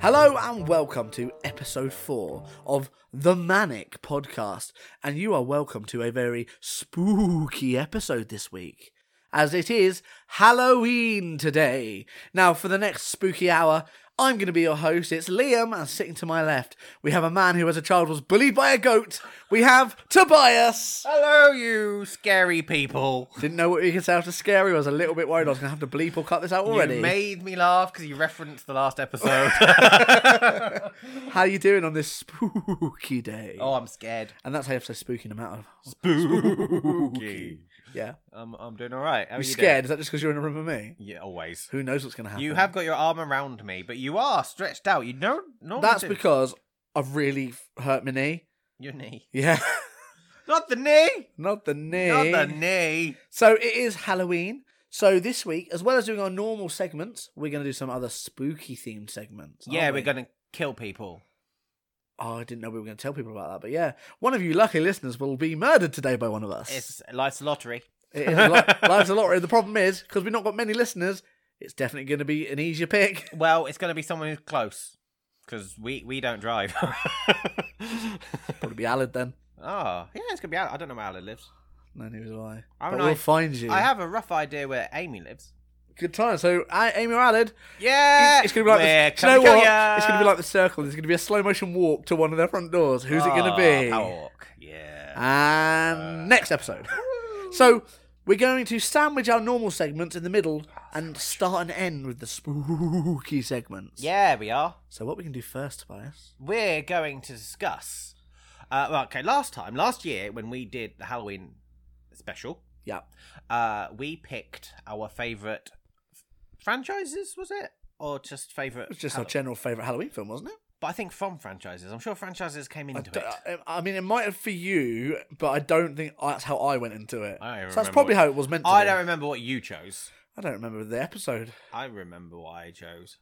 Hello and welcome to episode four of the Manic Podcast. And you are welcome to a very spooky episode this week, as it is Halloween today. Now, for the next spooky hour, I'm going to be your host. It's Liam, and sitting to my left, we have a man who, as a child, was bullied by a goat. We have Tobias. Hello, you scary people. Didn't know what we could say after scary. I was a little bit worried I was going to have to bleep or cut this out already. You made me laugh because you referenced the last episode. How you doing on this spooky day? oh, I'm scared. And that's how you have to say spooky no matter. Spooky. Yeah. I'm, I'm doing all right. How are You're you scared? Is that just because you're in a room with me? Doing? Yeah, always. Who knows what's going to happen? You have got your arm around me, but you are stretched out. You don't normally That's do. because I've really f- hurt my knee. your knee, Yeah. not the knee, Not the knee. not the knee. So it is Halloween. So this week, as well as doing our normal segments, we're going to do some other spooky themed segments. aren't yeah, we? we're gonna kill people. Oh, I didn't know we were going to tell people about that, but yeah, one of you lucky listeners will be murdered today by one of us. It's life's a lottery. It is a lot, life's a lottery. The problem is because we've not got many listeners, it's definitely going to be an easier pick. Well, it's gonna be someone who's close because we we don't drive. Ah, Probably be Alad then. oh, yeah, it's gonna be. Al- I don't know where Alan lives. No, neither do I. I but mean, we'll I- find you. I have a rough idea where Amy lives. good time. So I, Amy or Alad, Yeah, it's going to be like We're the, do you know coming what? for ya. It's going to be like the circle. There's going to be a slow motion walk to one of their front doors. Who's it going to Ah, be? Hawk. Yeah. Uh. And next episode. so we're going to sandwich our normal segments in the middle and start and end with the spooky segments. Yeah, we are. So what we can do first, Tobias? We're going to discuss. Uh, well, okay, last time, last year when we did the Halloween special, Yeah. uh, we picked our favorite franchises. Was it or just favorite? It was just our general favourite Halloween film, wasn't it? but I think from franchises. I'm sure franchises came into D- it. I I mean, it might have for you, but I don't think that's how I went into it. I don't so that's remember probably what- how it was meant to I be. don't remember what you chose. I don't remember the episode. I remember what I chose.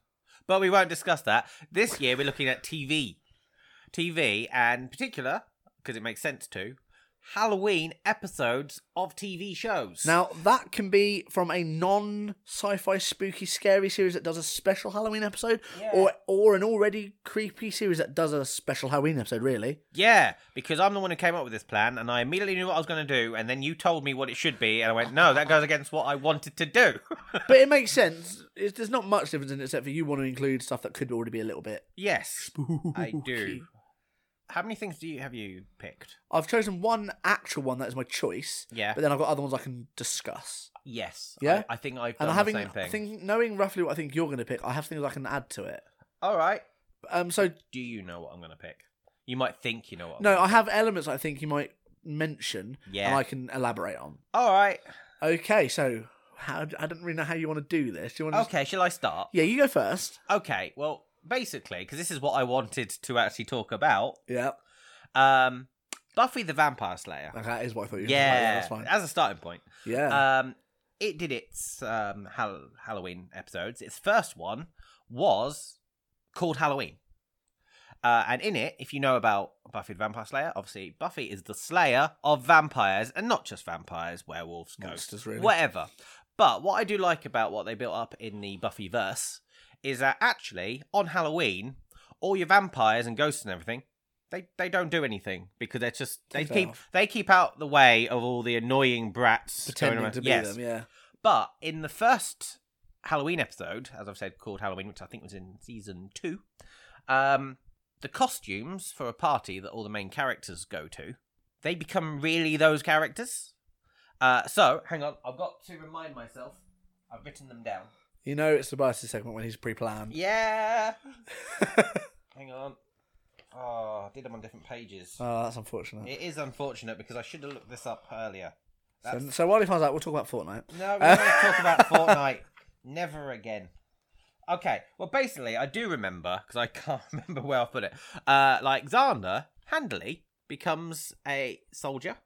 But we won't discuss that. This year we're looking at TV. TV and in particular, because it makes sense to, Halloween episodes of TV shows. Now, that can be from a non sci fi spooky scary series that does a special Halloween episode, or or an already creepy series that does a special Halloween episode, really. Yeah, because I'm the one who came up with this plan and I immediately knew what I was gonna do, and then you told me what it should be, and I went, No, that goes against what I wanted to do. But it makes sense. It's, there's not much difference in it except for you want to include stuff that could already be a little bit. yes. I spooky. do. How many things do you have you picked? I've chosen one actual one that is my choice, Yeah. but then I've got other ones I can discuss. Yes. Yeah? I, I think I've And done the having same thing. think- knowing roughly what I think you're going to pick, I have things I can add to it. All right. Um, so Do you know what I'm gonna pick? You might think you know what. I'm no, gonna I have elements I think you might mention, Yeah. and I can elaborate on. All right. Okay, so how I don't really know how you want to do this. Do you want to? Okay, shall I start? Yeah, you go first. Okay, well, basically, because this is what I wanted to actually talk about. Yeah, Um, Buffy the Vampire Slayer. okay, Oh, that is what I thought you. were gonna yeah, Uh, say. that's fine. as a starting point. Yeah, Um, it did its um, Hall- Halloween episodes. Its first one was called Halloween. Uh, and in it, if you know about Buffy the Vampire Slayer, obviously Buffy is the slayer of vampires, and not just vampires, werewolves, ghosts, Monsters, really. whatever. But what I do like about what they built up in the Buffy verse is that actually on Halloween, all your vampires and ghosts and everything, they they don't do anything because they're just they Kicked keep off. they keep out the way of all the annoying brats going pretending around- to be yes. them. Yeah, But in the first Halloween episode, as I've said, called Halloween, which I think was in season two, um, the costumes for a party that all the main characters go to, they become really those characters. Uh, so, hang on, I've got to remind myself. I've written them down. you know it's the biases segment when he's pre-planned. Yeah. hang on. Oh, I did them on different pages. Oh, that's unfortunate. It is unfortunate because I should have looked this up earlier. So, That's so while he finds out, we'll talk about Fortnite. No, we're not going to talk about Fortnite. Never again. Okay, well, basically, I do remember because I can't remember where I put it. Uh, like Xander handily becomes a soldier.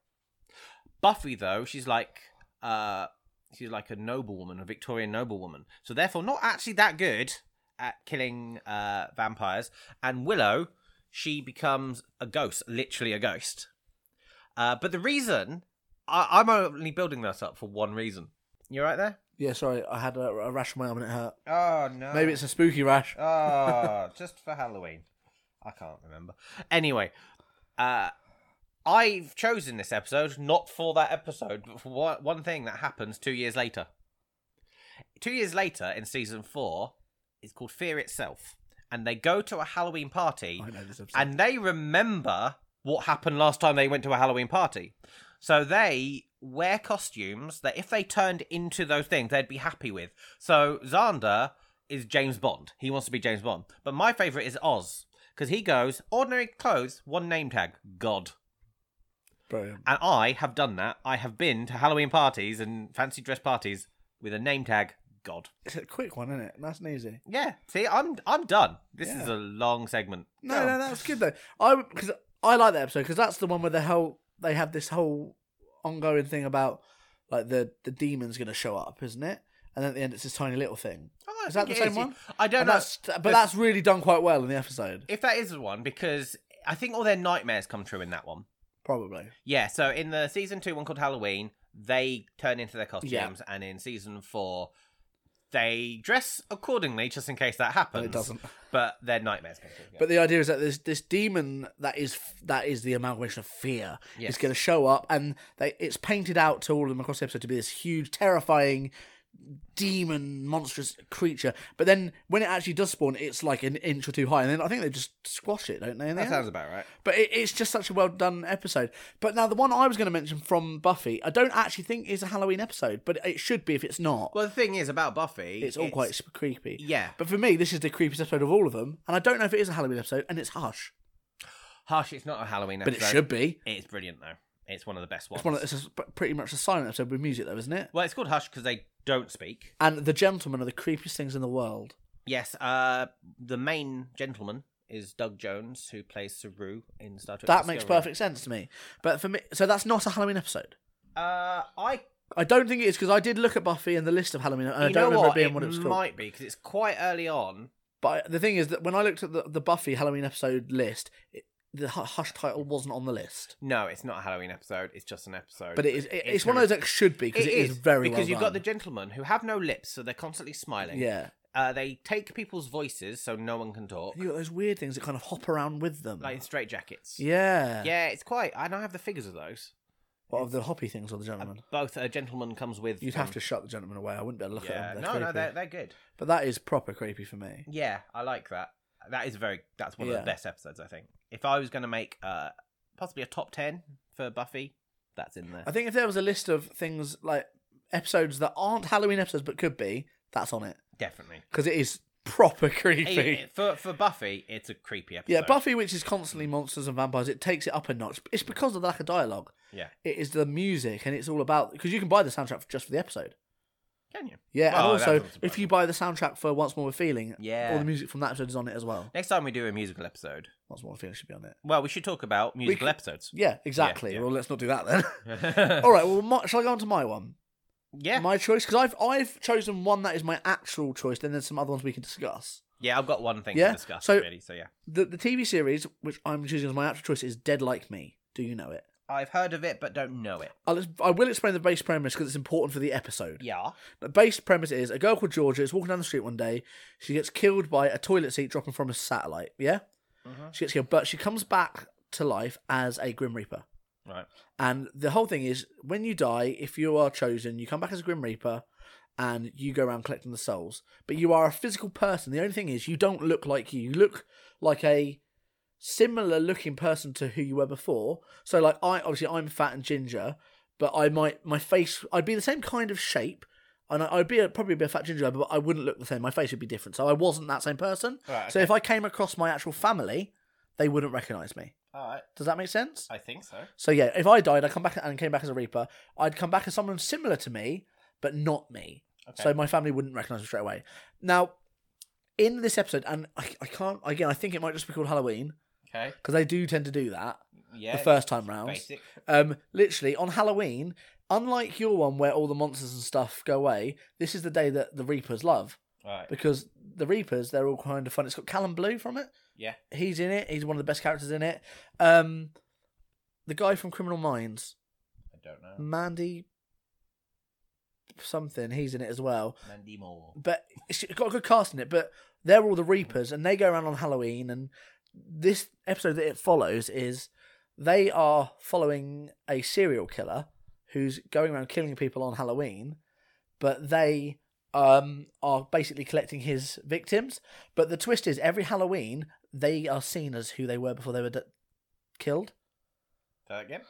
Buffy, though, she's like uh, she's like a noblewoman, a Victorian noblewoman. So therefore, not actually that good at killing uh, vampires. And Willow, she becomes a ghost, literally a ghost. Uh, but the reason I- I'm only building this up for one reason. You all right there? Yeah, sorry, I had a, a rash on my arm and it hurt. Oh no. Maybe it's a spooky rash. oh, just for Halloween. I can't remember. Anyway, uh, I've chosen this episode not for that episode, but for one, one thing that happens two years later. Two years later in season four, it's called Fear Itself, and they go to a Halloween party, I know this episode. and they remember what happened last time they went to a Halloween party. So they wear costumes that if they turned into those things, they'd be happy with. So Xander is James Bond. He wants to be James Bond. But my favourite is Oz. Because he goes, ordinary clothes, one name tag, God. Brilliant. And I have done that. I have been to Halloween parties and fancy dress parties with a name tag, God. It's a quick one, isn't it? Nice and easy. Yeah. See, I'm I'm done. This Yeah. is a long segment. No, no, that's good though. I because I like that episode because that's the one where the whole they have this whole ongoing thing about like the the demon's going to show up, isn't it? And at the end, it's this tiny little thing. Oh, I Is that think the it same one? I don't And know. that's but that's really done quite well in the episode, If that is the one, because I think all their nightmares come true in that one. probably. Yeah, so in the season two one called Halloween, they turn into their costumes, and in season four, they dress accordingly just in case that happens. But it doesn't. But their nightmares come true. yeah. But the idea is that this this demon that is that is the amalgamation of fear Yes. is going to show up, and they it's painted out to all of them across the episode to be this huge, terrifying demon, monstrous creature. But then when it actually does spawn, it's like an inch or two high, and then I think they just squash it, don't they? in the that end? sounds about right. But it, it's just such a well done episode. But now the one I was going to mention from Buffy, I don't actually think is a Halloween episode, but it should be if it's not. Well, the thing is about Buffy, it's all quite sp- creepy. yeah. But for me, this is the creepiest episode of all of them, and I don't know if it is a Halloween episode, and it's Hush. harsh. It's not a Halloween But episode, it should be. It's brilliant though. It's one of the best ones. It's one of, it's a, pretty much a silent episode with music, though, isn't it? well, it's called Hush because they don't speak. And the gentlemen are the creepiest things in the world. Yes, uh, the main gentleman is Doug Jones, who plays Saru in Star Trek. That makes Discovery. perfect sense to me. But for me, so that's not a Halloween episode. Uh, I I don't think it is because I did look at Buffy and the list of Halloween, and I you don't know remember what? it being it what it was called. might be because it's quite early on. But I- the thing is that when I looked at the, the Buffy Halloween episode list, it, the hu- Hush title wasn't on the list. No, it's not a Halloween episode. It's just an episode. But it is, it, it's, one of those that should be because It it is, very because well you've got the done. gentlemen who have no lips, so they're constantly smiling. yeah. Uh, they take people's voices so no one can talk, You got those weird things that kind of hop around with them. like in straight jackets. yeah. Yeah, it's quite. And I have the figures of those. What of the hoppy things or the gentlemen? Both a gentleman comes with. You'd one. have to shut the gentleman away. I wouldn't be able to look Yeah. at them. no, no, creepy. they're they're good. But that is proper creepy for me. Yeah, I like that. That is very. That's one of Yeah. the best episodes, I think. If I was going to make uh possibly a top ten for Buffy, that's in there. I think if there was a list of things like episodes that aren't Halloween episodes but could be, that's on it Definitely. because it is proper creepy. Hey, eh, for for Buffy, it's a creepy episode. Yeah, Buffy, which is constantly monsters and vampires, it takes it up a notch. It's because of the lack of dialogue. Yeah. It is the music, and it's all about because you can buy the soundtrack for, just for the episode. Can you? Yeah, and Well, that also doesn't surprise if you buy the soundtrack for Once More with Feeling, Yeah. all the music from that episode is on it as well. Next time we do a musical episode, Once More with Feeling should be on it. well, we should talk about musical could- episodes. Yeah, exactly. yeah. Well, let's not do that then. all right. Well, my, shall I go on to my one? yeah, My choice because I've I've chosen one that is my actual choice. Then there's some other ones we can discuss. yeah. I've got one thing Yeah, to discuss so- really. So yeah, The the TV series which I'm choosing as my actual choice is Dead Like Me. Do you know it? I've heard of it but don't know it. I'll, I will explain the base premise because it's important for the episode. Yeah. The base premise is a girl called Georgia is walking down the street one day. She gets killed by a toilet seat dropping from a satellite. Yeah, Mhm. she gets killed, but she comes back to life as a Grim Reaper. Right. And the whole thing is, when you die, if you are chosen, you come back as a Grim Reaper, and you go around collecting the souls. But you are a physical person. The only thing is, you don't look like you. You look like a similar looking person to who you were before. So, like, I obviously I'm fat and ginger, but I might my face I'd be the same kind of shape. And I- I'd be a, probably be a fat ginger, but I wouldn't look the same. My face would be different, so I wasn't that same person. Right, So if I came across my actual family, they wouldn't recognise me. All right. Does that make sense? I think so. So yeah, if I died, I come back and came back as a Reaper. I'd come back as someone similar to me, but not me. Okay. So my family wouldn't recognize me straight away. Now, in this episode, and I, I can't again. I think it might just be called Halloween Okay. because they do tend to do that Yeah. the first time round. basic. Um, literally on Halloween, unlike your one where all the monsters and stuff go away, this is the day that the Reapers love Right. because the Reapers they're all kind of fun. It's got Callum Blue from it. Yeah. He's in it. He's one of the best characters in it. Um, the guy from Criminal Minds. I don't know. Mandy something. He's in it as well. Mandy Moore. But it's got a good cast in it. But they're all the Reapers, and they go around on Halloween. And this episode that it follows is they are following a serial killer who's going around killing people on Halloween, but they um, are basically collecting his victims. But the twist is, every Halloween they are seen as who they were before they were d- killed. Say that again?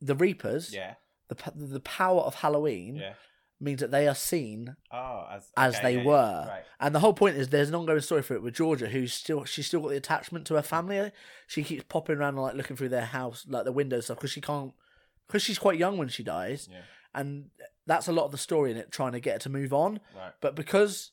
The Reapers, Yeah. the p- the power of Halloween Yeah. means that they are seen Oh, as as okay, they yeah, yeah, were. Right. And the whole point is there's an ongoing story for it with Georgia, who's still she's still got the attachment to her family. She keeps popping around and like looking through their house, like the window stuff, because she can't, because she's quite young when she dies, Yeah. and that's a lot of the story in it, trying to get her to move on. Right. But because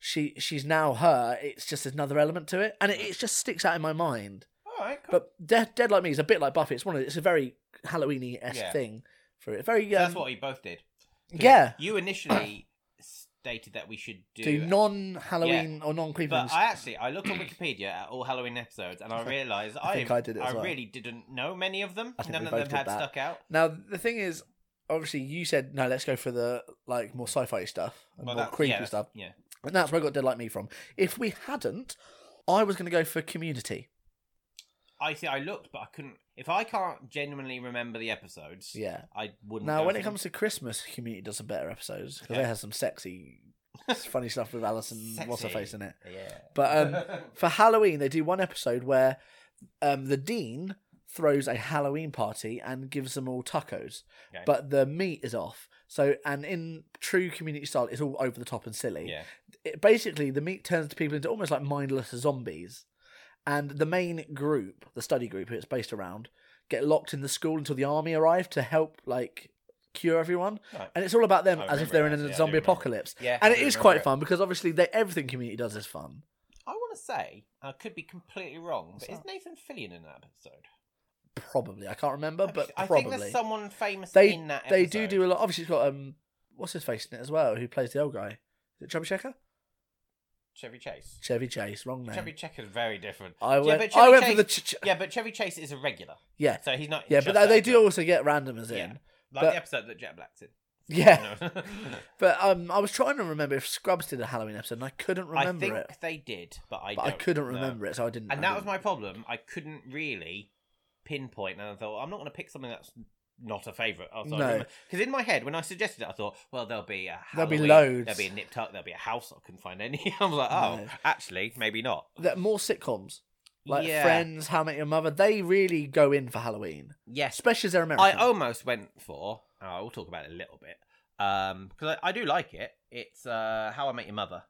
she she's now her, it's just another element to it, and it, it just sticks out in my mind. All right. Cool. But Dead Dead Like Me is a bit like Buffy. It's one of it's a very Halloweeny esque Yeah. thing for it. Very So um, that's what we both did. 'Cause yeah. You initially stated that we should do. to non Halloween or non Cleveland. but I actually I looked on Wikipedia at all Halloween episodes and I realised I, think I did it as well. really didn't know many of them. I think None we of both them did had that. stuck out. Now the thing is, obviously you said no. Let's go for the like more sci-fi stuff and Well, more that- creepy yeah, that's- stuff, Yeah. and that's where I got Dead Like Me from. If we hadn't, I was going to go for Community. I see. I looked, but I couldn't. If I can't genuinely remember the episodes, Yeah. I wouldn't. Now go when for it them. comes to Christmas, Community does some better episodes because Okay. they have some sexy, funny stuff with Alison what's her Sexy. face in it. yeah, But um, for Halloween, they do one episode where um, the dean throws a Halloween party and gives them all tacos, Okay. but the meat is off. So, and in true community style, it's all over the top and silly. yeah, It, basically, the meat turns people into almost like mindless zombies. And the main group, the study group who it's based around, get locked in the school until the army arrive to help, like, cure everyone. Right. And it's all about them I as if remember they're it in a now, yeah, I do zombie remember. apocalypse. yeah. And I it do is remember quite it. fun because obviously they, everything community does is fun. I want to say I could be completely wrong, but is Nathan Fillion in that episode? Probably. I can't remember, Uh, but I probably. think there's someone famous They- in that. they do do episode. a lot. Obviously, it's got um, what's his face in it as well, who plays the old guy. Is it Chubby Checker? Chevy Chase. Chevy Chase. Wrong name. Chevy Checker is very different. I yeah, went. but I Chevy went Chase, for the. Ch- ch- yeah. yeah, but Chevy Chase is a regular, Yeah. so he's not. but just they, they actor. do also get randomers Yeah. in. like but- the episode that Jet Black's in. Yeah. No. But um, I was trying to remember if Scrubs did a Halloween episode, and I couldn't I remember think it. they did, but I But I don't couldn't know. remember it, so I didn't. and I that was didn't. my problem. I couldn't really pinpoint, and I thought I'm not going to pick something that's not a favourite. No. because in my head when I suggested it, I thought, well, there'll be a There'll be Halloween, loads. there'll be a nip tuck, there'll be a house. I couldn't find any. I was like, oh, No. actually, maybe not. That more sitcoms like Yeah. Friends, How I Met Your Mother, they really go in for Halloween, Yes, especially as they're American. I almost went for. and I will talk about it a little bit because I, I do like it. It's uh, How I Met Your Mother.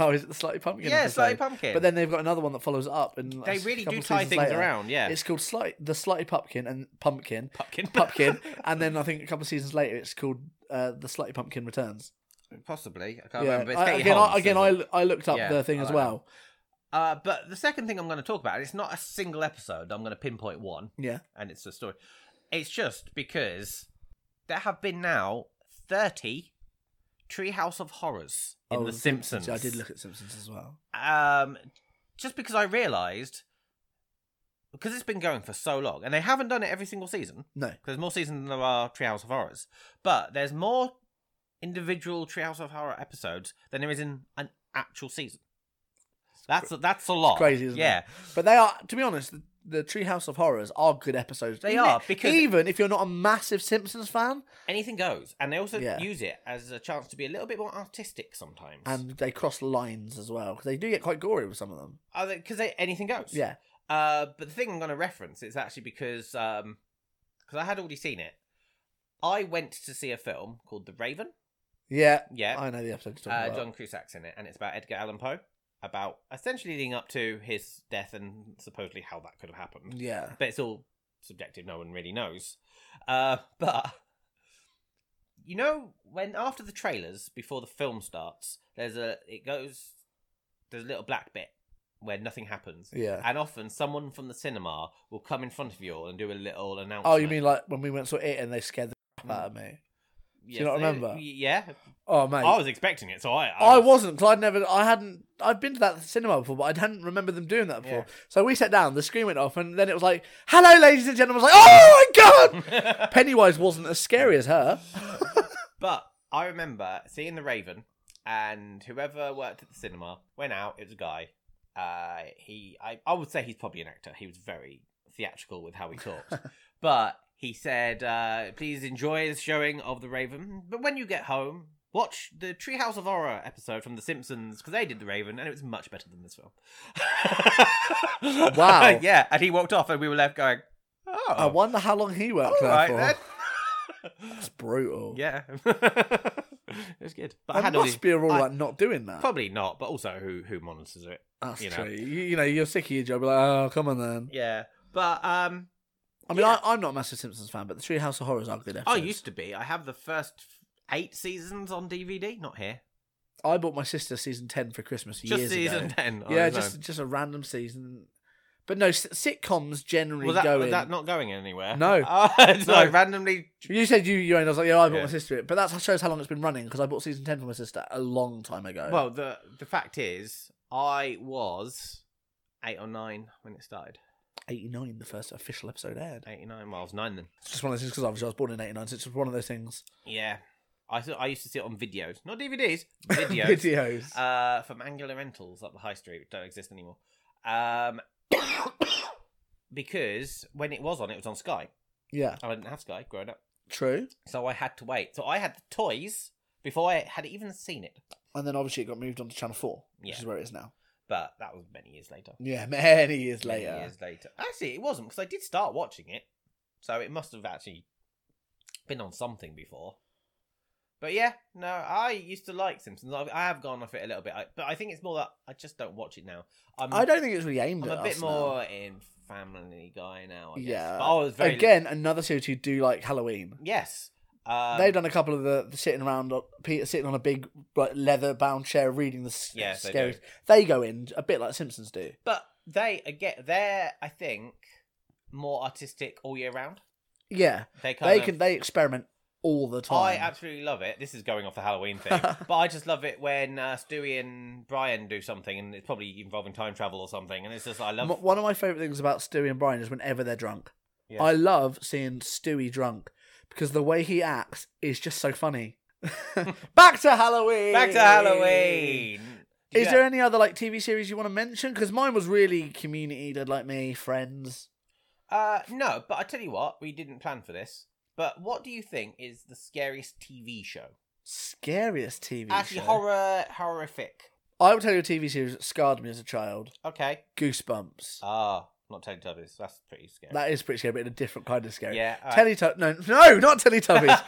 oh, is it the Slightly Pumpkin? Yeah, episode? Slightly Pumpkin. But then they've got another one that follows it up, and they a really couple do of tie seasons things later. around. Yeah, It's called slight the slightly pumpkin and pumpkin pumpkin, pumpkin, and then I think a couple of seasons later it's called uh, the slightly pumpkin returns. Possibly, I can't yeah, remember. It's I- Katie again, Holmes, I, again, isn't I, it? l- I looked up Yeah, the thing I as like well. Uh, but the second thing I'm going to talk about, and it's not a single episode, I'm going to pinpoint one, Yeah, and it's a story. It's just because there have been now 30 Treehouse of Horrors in Oh, The Simpsons. I did look at Simpsons as well. Um, just because I realised, because it's been going for so long, and they haven't done it every single season, No, because there's more seasons than there are Treehouse of Horrors, but there's more individual Treehouse of Horror episodes than there is in an actual season. That's a, that's a lot. crazy, isn't it? Oh, yeah. but they are. To be honest, the, the Treehouse of Horrors are good episodes. They Even- are, because- even if you're not a massive Simpsons fan, anything goes and they also Yeah. use it as a chance to be a little bit more artistic sometimes and they cross lines as well because they do get quite gory with some of them. because anything goes Yeah, uh but the thing i'm going to reference is actually because um because i had already seen it i went to see a film called the raven yeah. yeah I know the episode. You're talking uh, about. john cusack's in it and it's about edgar allan poe about essentially leading up to his death and supposedly how that could have happened Yeah, but it's all subjective. No one really knows. Uh, but you know, when after the trailers, before the film starts, there's a it goes there's a little black bit where nothing happens, yeah. and often someone from the cinema will come in front of you all and do a little announcement. Oh, you mean like when we went saw it and they scared the crap out of Mm. me? Yes, you not they- remember? Yeah, Oh mate, I was expecting it, so I I wasn't. Cause I'd never. I hadn't. I'd been to that cinema before, but I hadn't remembered them doing that before. Yeah. So we sat down. The screen went off, and then it was like, "Hello, ladies Mm. and gentlemen." I was like, "Oh my god!" Pennywise wasn't as scary as her. But I remember seeing The Raven, and whoever worked at the cinema went out. It was a guy. Uh, he, I, I would say he's probably an actor. He was very theatrical with how he talked, but he said, uh, "Please enjoy the showing of The Raven, but when you get home." Watch the Treehouse of Horror episode from The Simpsons because they did The Raven and it was much better than this film. Wow. yeah, and he walked off and we were left going, "Oh, I wonder how long he worked all there right for. then." That's brutal. Yeah. it was good. But I There had all must these, be a rule I- about not doing that. probably not, but also who who monitors it. That's you know. true. You, you know, you're sick of your job. You're like, oh, come on then. Yeah. But um I mean, Yeah. I, I'm not a massive Simpsons fan, but the Treehouse of Horrors are good I episodes. used to be. I have the first eight seasons on DVD, not here. I bought my sister season ten for Christmas Just years season ago. ten. Oh, on Yeah, its just own. just a random season. But no, s- sitcoms generally was that, go was in. that not going anywhere? No. Oh, it's No. like randomly You said you you owned. I was like, yeah, I bought Yeah. my sister it, but that shows how long it's been running because I bought season ten for my sister a long time ago. Well the the fact is I was eight or nine when it started. eighty nine, the first official episode aired. Eighty nine. Well I was nine then. It's just one of those things because obviously I was born in eighty nine, so it's just one of those things. Yeah. I saw, I used to see it on videos. Not DVDs. Videos. Videos. uh, from Angular Rentals up the high street, which don't exist anymore. Um, because when it was on, it was on Sky. yeah, I didn't have Sky growing up, true. so I had to wait. So I had the toys before I had even seen it. And then obviously it got moved on to Channel Four, Yeah. which is where it is now. But that was many years later. Yeah, many years Many later. years later. Actually, it wasn't because I did start watching it, so it must have actually been on something before. But yeah, no, I used to like Simpsons. I, I have gone off it a little bit, I, but I think it's more that I just don't watch it now. I'm, I don't think it's really aimed I'm at a bit us more in Family Guy now. I guess. Yeah. but I was now. very Again, another series who do like Halloween. Yes, um, They've done a couple of the, the sitting around, on- Peter sitting on a big like, leather-bound chair reading the s- Yes, they scary. do. They, go in a bit like Simpsons do. but they again, they're I think more artistic all year round. Yeah, They kind they of, can. They experiment all the time. I absolutely love it. This is going off the Halloween thing, but I just love it when uh, Stewie and Brian do something, and it's probably involving time travel or something. And it's just I love. M- One of my favorite things about Stewie and Brian is whenever they're drunk. Yeah. I love seeing Stewie drunk because the way he acts is just so funny. Back to Halloween. Back to Halloween. Is Yeah. there any other like TV series you want to mention? Because mine was really Community, Dead Like Me, Friends. Uh, no, but I tell you what, we didn't plan for this. But what do you think is the scariest TV show? Scariest TV Actually, show. horror, horrific. I will tell you a TV series that scarred me as a child. Okay. Goosebumps. Ah, not Teletubbies. That's pretty scary. that is pretty scary, but in a different kind of scary. yeah. all right. Teletub no no not Teletubbies.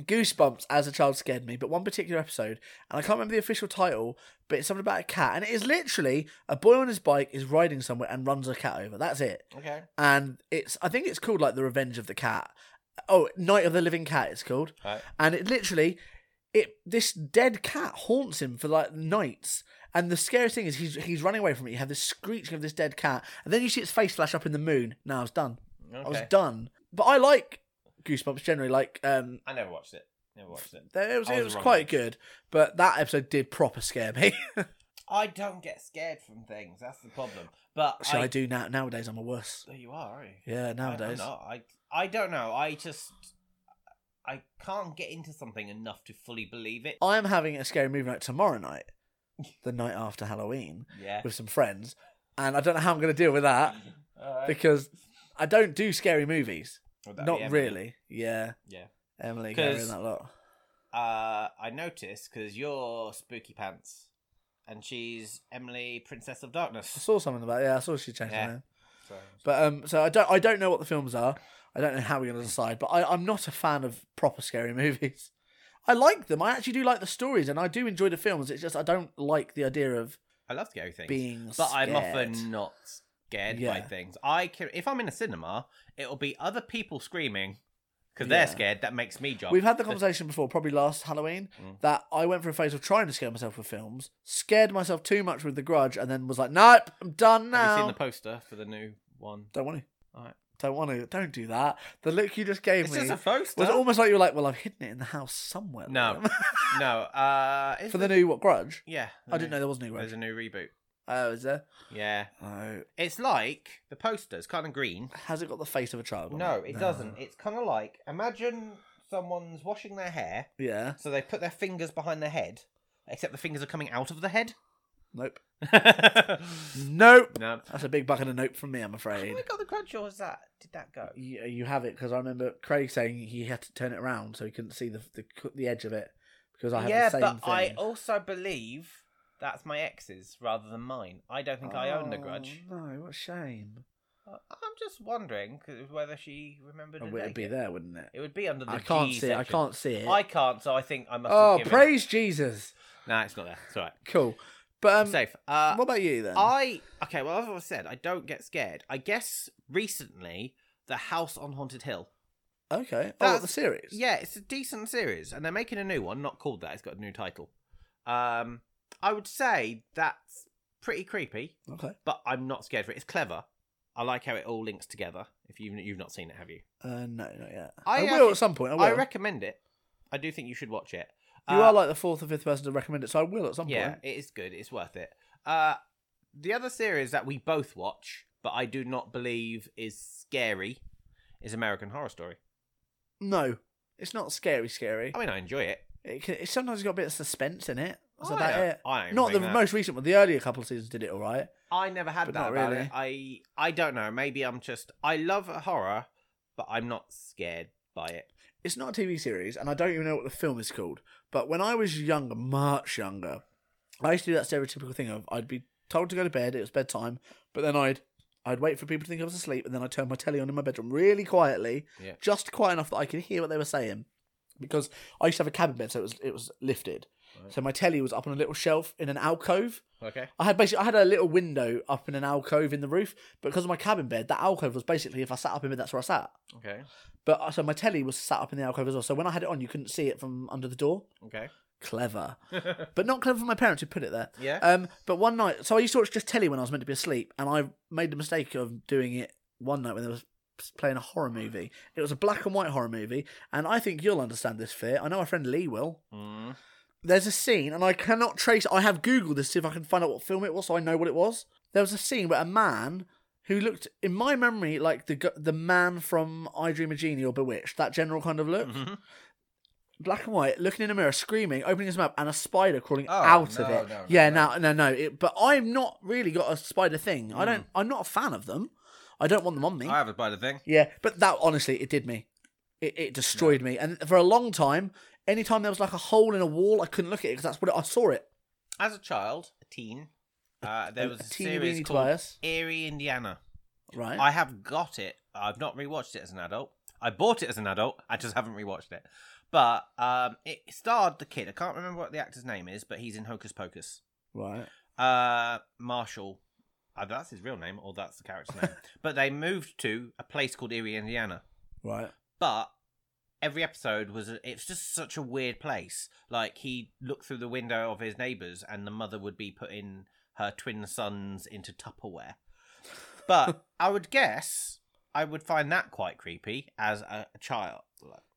Goosebumps as a child scared me, but one particular episode, and I can't remember the official title, but it's something about a cat, and it is literally a boy on his bike is riding somewhere and runs a cat over. That's it. okay. And it's I think it's called like The Revenge of the Cat. Oh, Night of the Living Cat it's called. All right. And it literally it this dead cat haunts him for like nights. And the scariest thing is he's he's running away from it. You have this screeching of this dead cat, and then you see its face flash up in the moon. Now I was done. I was Okay. done. But I like Goosebumps generally. Like um, I never watched it. Never watched it. there- it was, I it was was wrong. quite good, but that episode did proper scare me. I don't get scared from things. That's the problem. But so I, I, do now nowadays. I'm a worse. There you are, are you? Yeah, nowadays. I, I'm not. I, I don't know. I just. I can't get into something enough to fully believe it. I am having a scary movie night tomorrow night, the night after Halloween, Yeah. with some friends, and I don't know how I'm going to deal with that All right. because I don't do scary movies. Would that be Not Emily? really. Yeah. Yeah. Emily, Gary, 'Cause- and that lot. Uh, I noticed because you're spooky pants, and she's Emily, Princess of I Darkness. saw something about. Yeah, I saw she changed Yeah. her name. So, But um, so I don't. I don't know what the films are. I don't know how we're going to decide. But I, I'm not a fan of proper scary movies. I like them. I actually do like the stories, and I do enjoy the films. It's just I don't like the idea of I love scary things. being. but I'm scared. often not scared by Yeah. things. I can, if I'm in a cinema, it'll be other people screaming because Yeah. they're scared. That makes me jump. We've had the So- conversation before, probably last Halloween, Mm. that I went through a phase of trying to scare myself with films, scared myself too much with The Grudge, and then was like, "Nope, I'm done now." Have you seen the poster for the new one? Don't want to. Alright. Don't want to. Don't do that. The look you just gave It's me just a poster. was almost like you were like, "Well, I've hidden it in the house somewhere." No. no. Uh, is For the it- new what Grudge? Yeah. the I didn't new- know there was a new Grudge. There's a new reboot. Oh, is there? Yeah. No. It's like the poster's kind of green. Has it got the face of a child? on No, it doesn't. It's kind of like imagine someone's washing their hair, Yeah. so they put their fingers behind their head, except the fingers are coming out of the head. Nope. no. Nope. That's a big bucket of nope from me, I'm afraid. How I got the grudge, or is that did that go? You, you have it because I remember Craig saying he had to turn it around so he couldn't see the the, the edge of it because I have yeah, the same but thing. I also believe that's my ex's rather than mine. I don't think I own the grudge. Oh, No, what a shame. I- I'm just wondering 'cause whether she remembered. Oh, to well, It'd take be it. there, wouldn't it? It would be under the I can't G see it. I section. can't see it. I can't, so I think I must. oh, have given praise Jesus! It. Nah, it's not there. It's all right. Cool. But um, Safe. Uh, what about you then? I okay. Well, as I said, I don't get scared. I guess recently the House on Haunted Hill. okay. Oh, That's- the series. Yeah, it's a decent series, and they're making a new one. Not called that. It's got a new title. Um, I would say that's pretty creepy, Okay. but I'm not scared for it. It's clever. I like how it all links together. If you you've not seen it, have you? Uh, no, not yet. I, I, uh, will at some point. I will. I recommend it. I do think you should watch it. you Uh, are like eh? the fourth or fifth person to recommend it, so I will at some yeah, point. it is good. It's worth it. Uh, the other series that we both watch, but I do not believe is scary, is American Horror Story. No, it's not scary. Scary. I mean, I enjoy it. It, can, it sometimes got a bit of suspense in it. That's I about don't- it. I don't Not the think that- most recent one. The earlier couple of seasons did it all right. I never had But that not about really. it. I I don't know. Maybe I'm just I love horror, but I'm not scared by it. It's not a TV series, and I don't even know what the film is called. But when I was younger, much younger, I used to do that stereotypical thing of I'd be told to go to bed. It was bedtime, but then I'd I'd wait for people to think I was asleep, and then I'd turn my telly on in my bedroom really quietly, Yeah. just quiet enough that I could hear what they were saying. Because I used to have a cabin bed, so it was it was lifted. Right. So my telly was up on a little shelf in an alcove, Okay. I had basically I had a little window up in an alcove in the roof, but because of my cabin bed, that alcove was basically if I sat up in bed, that's where I sat. Okay. But uh, so my telly was sat up in the alcove as well. So when I had it on, you couldn't see it from under the door. Okay. Clever, but not clever for my parents who put it there. yeah. Um, but one night, so I used to watch just telly when I was meant to be asleep, and I made the mistake of doing it one night when I was playing a horror movie. It was a black and white horror movie, and I think you'll understand this fear. I know our friend Lee will Mm. there's a scene, and I cannot trace. I have Googled this to see if I can find out what film it was, so I know what it was. There was a scene where a man who looked, in my memory, like the gu- the man from I Dream of Genie or Bewitched, that general kind of look, Mhm. black and white, looking in a mirror, screaming, opening his mouth, and a spider crawling Oh, out of no, it. no, no, yeah, no. Mm. no, no, no. It, but I've not really got a spider thing. I don't. I'm not a fan of them. I don't want them on me. I have a bite of thing. Yeah, but that honestly, it did me. It, it destroyed me, and for a long time, anytime there was like a hole in a wall, I couldn't look at it because that's what it, I saw it. As a child, a teen, uh, there a- was a a, teeny series weeny called bias. Eerie Indiana. Right. I have got it. I've not rewatched it as an adult. I bought it as an adult. I just haven't rewatched it. But um, it starred the kid. I can't remember what the actor's name is, but he's in Hocus Pocus. right. uh Marshall. Either that's his real name or that's the character's name. but they moved to a place called Erie, Indiana. Right. But every episode was it's just such a weird place. Like he looked through the window of his neighbors and the mother would be putting her twin sons into Tupperware. But I would guess I would find that quite creepy as a child.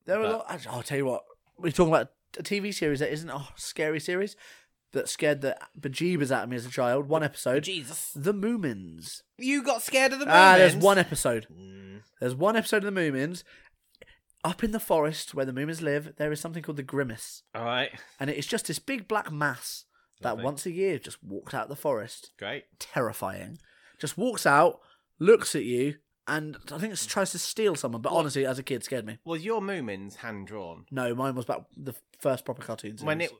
There were a But- lot. Actually, I'll tell you what. We're talking about a TV series that isn't a scary series that scared the bejeebers out of me as a child. One episode. Jesus. The Moomins. You got scared of the Ah, there's Moomins? one episode. Mm, There's one episode of The Moomins. Up in the forest where the Moomins live, there is something called the Grimace. all right. And it is just this big black mass that Lovely. once a year just walked out of the forest. Great. Terrifying. Just walks out, looks at you, and I think it tries to steal someone. But honestly, as a kid, scared me. Was your Moomins hand drawn? No, mine was about the first proper cartoon series. when it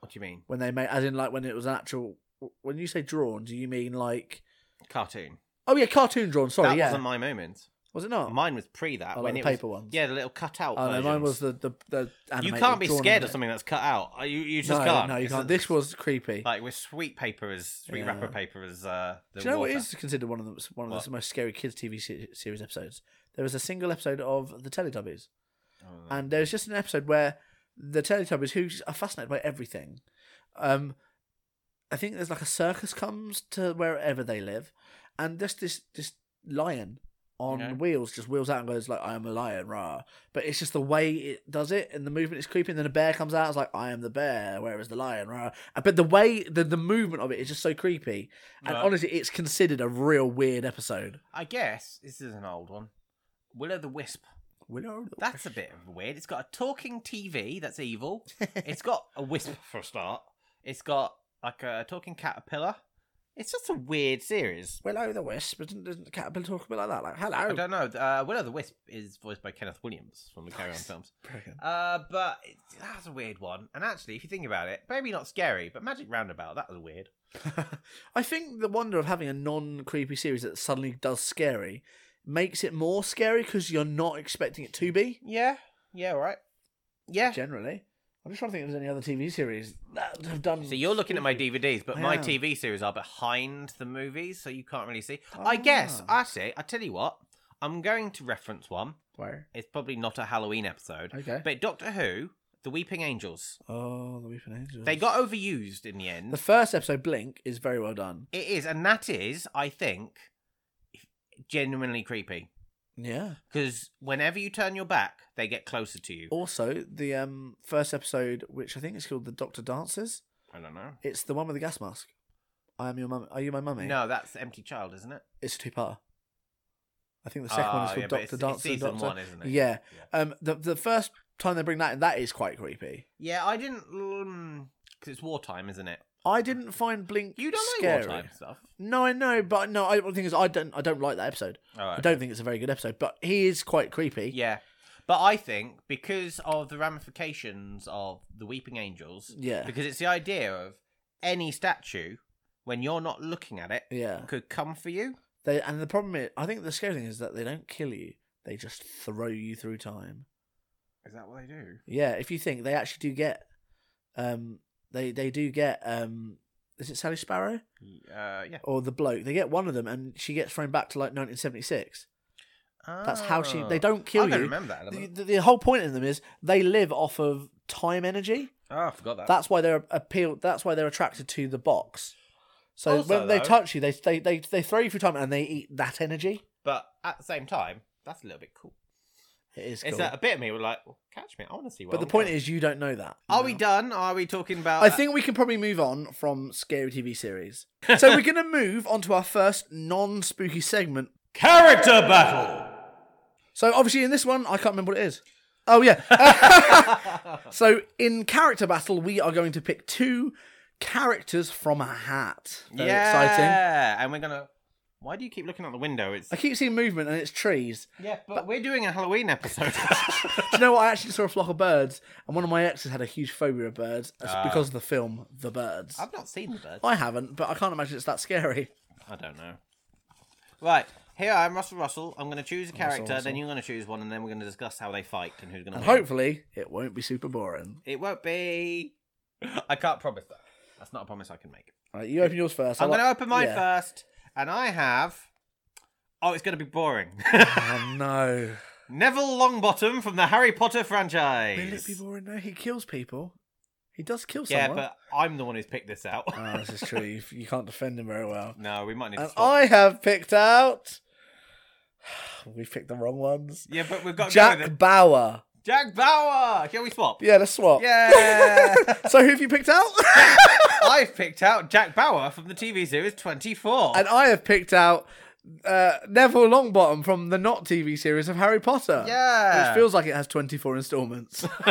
what do you mean when they made, as in like when it was an actual. When you say drawn, do you mean like? cartoon Oh yeah, cartoon drawn. Sorry, that yeah. wasn't my moment Was it not? mine was pre that Oh, like when the it paper was, ones? yeah the little cut out oh no, mine was the the. the you animated, can't be drawn scared of animated. something that's cut out Uh, you, you just no, can't no, you It's can't. a- This was creepy. like with sweet paper as sweet Yeah. wrapper paper as uh the do you know what water. is considered one of the one of What? the most scary kids TV se- series episodes? There was a single episode of the Teletubbies, Oh, and there was just an episode where the Teletubbies, who are fascinated by everything, um, I think there's like a circus comes to wherever they live, and just this this lion on Okay. wheels just wheels out and goes like, "I am a lion," rah. But it's just the way it does it, and the movement is creepy. And then a bear comes out, it's like, "I am the bear," where is the lion, rah. Uh, But the way the the movement of it is just so creepy, and Right. honestly, it's considered a real weird episode. i guess this is an old one willow the wisp Willow. That's a bit weird. It's got a talking TV that's evil. It's got a whisper for a start. It's got like a talking caterpillar. It's just a weird series. Willow the Wisp. Doesn't, doesn't the caterpillar talk a bit like that? Like, I hello. don't know. Uh, Willow the Wisp is voiced by Kenneth Williams from the Carry On Nice. films. Brilliant. Uh, but it- that's a weird one. And actually, if you think about it, maybe not scary, but Magic Roundabout, that was weird. I think the wonder of having a non creepy series that suddenly does scary makes it more scary because you're not expecting it to be. Yeah, yeah, all right. Yeah. Generally, I'm just trying to think if there's any other TV series that have done. So you're looking at my DVDs, but my Yeah. TV series are behind the movies, so you can't really see. I guess, Ah. actually, I tell you what, I'm going to reference one. Where? It's probably not a Halloween episode, Okay. but Doctor Who, The Weeping Angels. oh, the Weeping Angels. They got overused in the end. the first episode. Blink is very well done. It is, and that is, I think, genuinely creepy. Yeah. Because whenever you turn your back, they get closer to you. Also, the um first episode, which I think is called the Doctor Dances, I don't know. it's the one with the gas mask. I am your mum. Are you my mummy? No, that's Empty Child, isn't it? it's a two-parter. I think the second one is Ah, called yeah, but Doctor it's- Dances. it's season Doctor- one, isn't it? Yeah. Um, the the first time they bring that in, that is quite creepy. Yeah, I didn't. um 'cause it's wartime, isn't it? I didn't find Blink. You don't scary. like wartime stuff. No, I know, but no. I, the thing is, I don't. I don't like that episode. All I right. don't think it's a very good episode. But he is quite creepy. Yeah. But I think because of the ramifications of the Weeping Angels, Yeah. because it's the idea of any statue, when you're not looking at it, Yeah. could come for you. They and the problem is, I think the scary thing is that they don't kill you. They just throw you through time. Is that what they do? Yeah. If you think they actually do get, um, they they do get um. Is it Sally Sparrow Uh, yeah. or the bloke? They get one of them, and she gets thrown back to like 1976. That's how she. They don't kill Oh. Ah. I don't you. remember that. The, element. the, the whole point of them is they live off of time energy. Oh, I forgot that. That's why they're appeal. That's why they're attracted to the box. So Also, when they though- touch you, they, they they they throw you through time and they eat that energy. But at the same time, that's a little bit cool. It is It's cool. that a bit of me were like, well, catch me. I want to see. Where but the I'm point going. is, you don't know that. are we done? Are we talking about? I think we can probably move on from scary TV series. so we're going to move on to our first non-spooky segment. character battle. So obviously in this one, I can't remember what it is. Oh yeah. so in character battle, we are going to pick two characters from a hat. Very exciting. yeah, and we're gonna. Why do you keep looking out the window? It's I keep seeing movement and it's trees. yeah, but, we're doing a Halloween episode. Do you know what? I actually saw a flock of birds, and one of my exes had a huge phobia of birds That's Ah. because of the film The Birds. I've not seen the bird. I haven't, but I can't imagine it's that scary. I don't know. Right here, I'm Russell Russell. I'm gonna choose a character, Russell. then you're gonna choose one, and then we're gonna discuss how they fight and who's gonna. And win. hopefully, it won't be super boring. It won't be. I can't promise that. That's not a promise I can make. All right, you open yours first. I I'm like- going to open mine yeah. first, and I have. Oh, it's going to be boring. Oh no! Neville Longbottom from the Harry Potter franchise. Will it be boring? No, he kills people. He does kill yeah, someone. but I'm the one who's picked this out. Ah, this is true. You, you can't defend him very well. no, we might need to. And Swap. I have picked out. We picked the wrong ones. Yeah, but we've got to go with Jack it. Bauer. Jack Bauer. Can we swap? Yeah, let's swap. Yeah. So who have you picked out? I've picked out Jack Bauer from the TV series 24. and I have picked out uh, Neville Longbottom from the not TV series of Harry Potter. Yeah. Which feels like uh, it has 24 installments.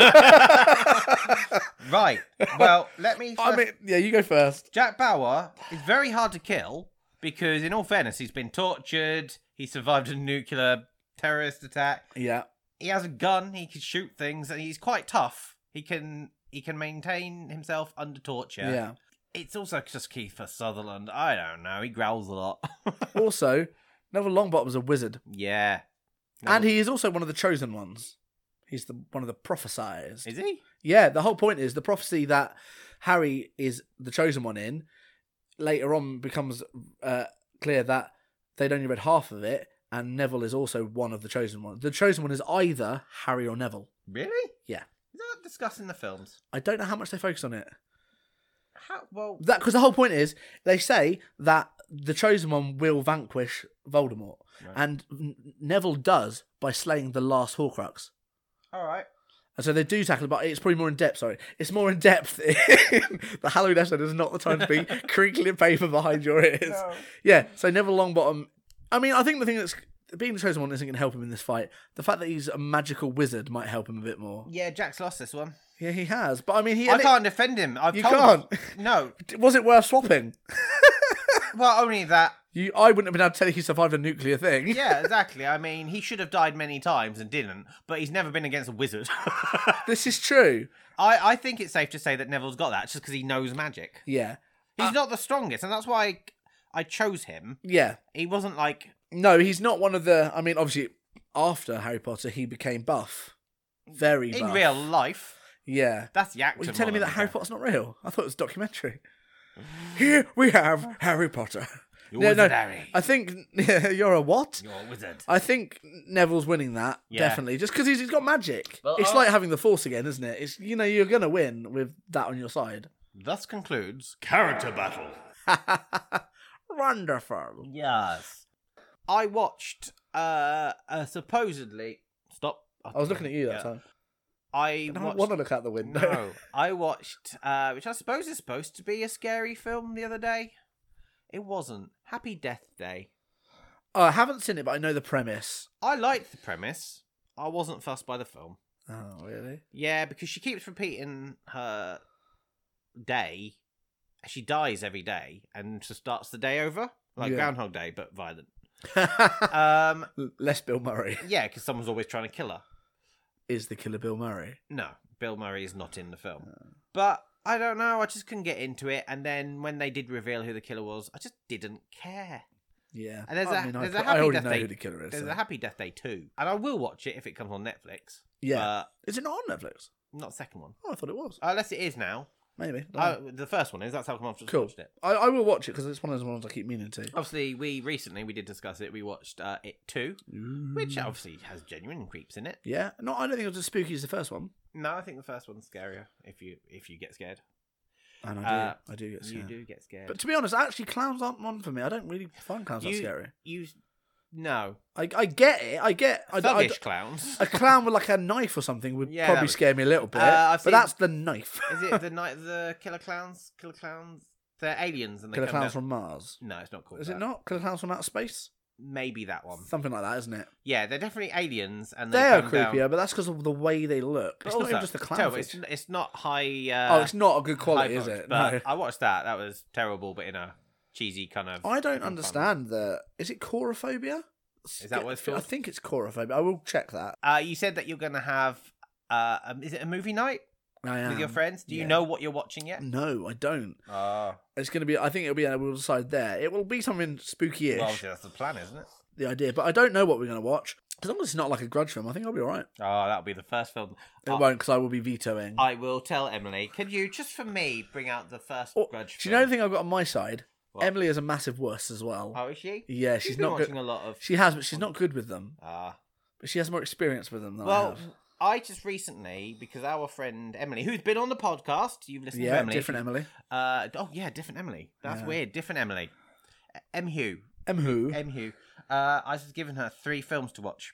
Right. Well, let me. I mean, yeah, you go first. Jack Bauer is very hard to kill because, in all fairness, he's been tortured. He survived a nuclear terrorist attack. Yeah. He has a gun. He can shoot things, and he's quite tough. He can he can maintain himself under torture. Yeah. It's also just Kiefer Sutherland. I don't know. He growls a lot. Also, Neville Longbottom's a wizard. yeah. And he is also one of the chosen ones. He's the one of the prophesized. is he? Yeah, the whole point is the prophecy that Harry is the chosen one in later on becomes uh, clear that they'd only read half of it, and Neville is also one of the chosen ones. The chosen one is either Harry or Neville. Really? Yeah. Is that discussing the films? I don't know how much they focus on it. How well? That because the whole point is they say that the chosen one will vanquish Voldemort, Right. and N- Neville does by slaying the last Horcrux. All right. And so they do tackle it, but it's probably more in depth. Sorry, it's more in depth. the Halloween episode is not the time to be crinkling paper behind your ears. Yeah. So Neville Longbottom. I mean, I think the thing that's being the chosen one isn't going to help him in this fight. The fact that he's a magical wizard might help him a bit more. Yeah, Jack's lost this one. Yeah, he has. But I mean, he I can't defend him. I've You told can't. No. was it worth swapping? Well, only that. You, I wouldn't have been able to tell you he survived a nuclear thing. Yeah, exactly. I mean, he should have died many times and didn't, but he's never been against a wizard. This is true. I, I think it's safe to say that Neville's got that just because he knows magic. Yeah. He's not the strongest, and that's why I chose him. Yeah. He wasn't like No, he's not one of the. I mean, obviously, after Harry Potter, he became buff. Very in buff. real life. Yeah. That's the actor. Were you telling me more that than Harry the- Potter's not real? I thought it was a documentary. Here we have Harry Potter. You're wizard, Harry. I think you're a what? You're a wizard. I think Neville's winning that Yeah. definitely, just because he's, he's got magic. Well, it's I- like having the Force again, isn't it? It's you know you're gonna win with that on your side. Thus concludes character battle. Wonderful. Yes. I watched uh, uh supposedly stop. I was looking at you that time. I And I watched. want to look out the window. No, I watched, uh, which I suppose is supposed to be a scary film the other day. It wasn't. Happy Death Day. Oh, I haven't seen it, but I know the premise. I liked the premise. I wasn't fussed by the film. Oh, really? Yeah, because she keeps repeating her day. She dies every day and just starts the day over, like Yeah. Groundhog Day, but violent. Um, Less Bill Murray yeah, because someone's always trying to kill her. is the killer Bill Murray. No, Bill Murray is not in the film. But I don't know. I just couldn't get into it. And then when they did reveal who the killer was, I just didn't care. Yeah. And there's I a- mean, I, there's a I Happy already Death know Day- who the killer is. There's so- a Happy Death Day too, and I will watch it if it comes on Netflix. yeah. but is it not on Netflix? not the second one, Uh, Oh, I thought it was. unless it is now. Maybe. Uh, the first one is. That's how come I've just Oh. cool. watched it. I, I will watch it because it's one of those ones I keep meaning to. Obviously, we recently we did discuss it. We watched uh, it two, which Mm. obviously has genuine creeps in it. Yeah. No, I don't think it was as spooky as the first one. No, I think the first one's scarier. If you if you get scared, And I do. Uh, I do get you scared. do get scared. But to be honest, actually, clowns aren't one for me. I don't really find clowns You- that scary. you no I, I get it. I get. I, I, thuggish clowns. a clown with like a knife or something would Yeah, that probably would- scare me a little bit. Uh, I've but seen- that's the knife. is it the night of the killer clowns? Killer clowns? They're aliens and they Killer come clowns down- from Mars. No, it's not called. Is that. it not? Killer clowns from outer space? Maybe that one. Something like that, isn't it? Yeah, they're definitely aliens, and They, they, are come creepier, Down. but that's because of the way they look. But It's not also, even Oh, just the it's clown. terrible. It's, fish. it's not high. Uh, oh, it's not a good quality, high is budget, it? But No. I watched that. That was terrible, but in a cheesy kind of. I don't fun. understand the. Is it chorophobia? Is that what it's I called? think it's chorophobia. I will check that. Uh, you said that you're gonna have. Uh, um, is it a movie night I am. with your friends? Do Um, you yeah. Mm. know what you're watching yet? No, I don't. Oh, It's going to be. I think it'll be. uh, We'll decide there. It will be something spooky-ish. that's the plan, isn't it? the idea, but I don't know what we're going to watch. As long as it's not like a grudge film, I think I'll be all right. Oh, that'll be the first film. It Oh. won't because I will be vetoing. I will tell Emily. Could you just for me bring out the first Or- grudge? Oh, do you know film? anything I've got on my side? What? Emily is a massive wuss as well. Oh, is she? yeah, She's she's been not watching good. a lot of. She has, but she's not good with them. Ah. But she has more experience with them than I Well, have. I just recently because our friend Emily, who's been on the podcast, you've listened to Yeah, Emily. different Emily. Uh, oh yeah, different Emily. That's Yeah. weird. Different Emily. M Hugh. Em who? M Hugh. Uh, I was given her three films to watch,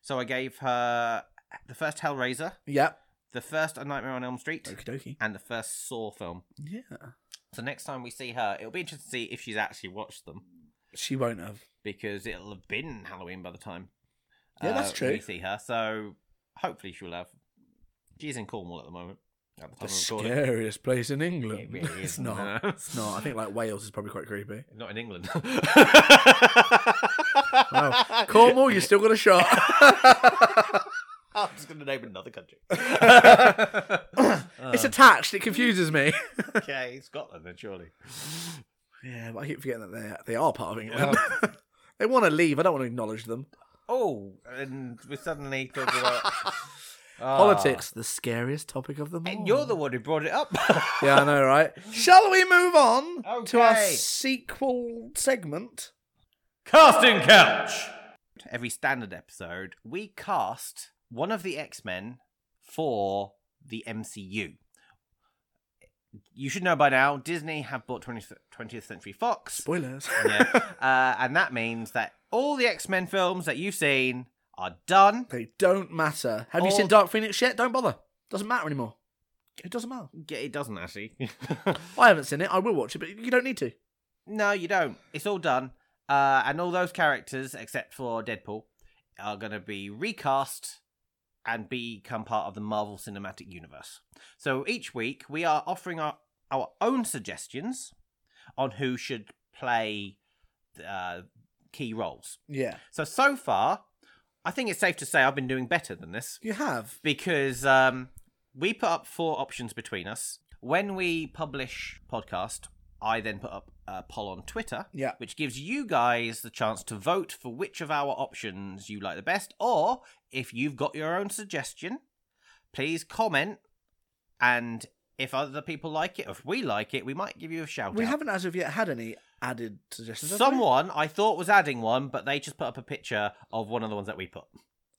so I gave her the first Hellraiser, Yep. the first A Nightmare on Elm Street, Okie dokie. and the first Saw film. Yeah. So next time we see her, it'll be interesting to see if she's actually watched them She won't have. because it'll have been Halloween by the time. Yeah, that's when We true. see her, so hopefully she'll have. She's in Cornwall at the moment. At the time The of recording. scariest place in England. It really it's is not. No. It's not. I think like Wales is probably quite creepy. Not in England. Wow. Cornwall, you still got a shot. I'm just going to name another country. it's attached. It confuses me. okay, Scotland then surely. Yeah, but I keep forgetting that they they are part of England. they want to leave. I don't want to acknowledge them. Oh, and we're suddenly talking about Politics, the scariest topic of them all. Ah. And you're the one who brought it up. yeah, I know, right? Shall we move on to our Okay. sequel segment? Casting couch. Every standard episode, we cast one of the X Men for the MCU. You should know by now, Disney have bought 20th, 20th Century Fox. Spoilers. yeah. uh, and that means that all the X Men films that you've seen are done. they don't matter. Have you All- seen Dark Phoenix yet? Don't bother. Doesn't matter anymore. It doesn't matter. Yeah, It doesn't actually. I haven't seen it. I will watch it, but you don't need to. no, you don't. It's all done. Uh, and all those characters, except for Deadpool, are going to be recast and become part of the Marvel Cinematic Universe. So each week, we are offering our, our own suggestions on who should play uh, key roles. Yeah. So, so far, I think it's safe to say I've been doing better than this You have. because um, we put up four options between us. When we publish podcast, I then put up a poll on Twitter, Yeah. which gives you guys the chance to vote for which of our options you like the best, or if you've got your own suggestion, please comment. And if other people like it, if we like it, we might give you a shout We out. haven't as of yet had any added suggestions. have we? Someone I thought was adding one, but they just put up a picture of one of the ones that we put.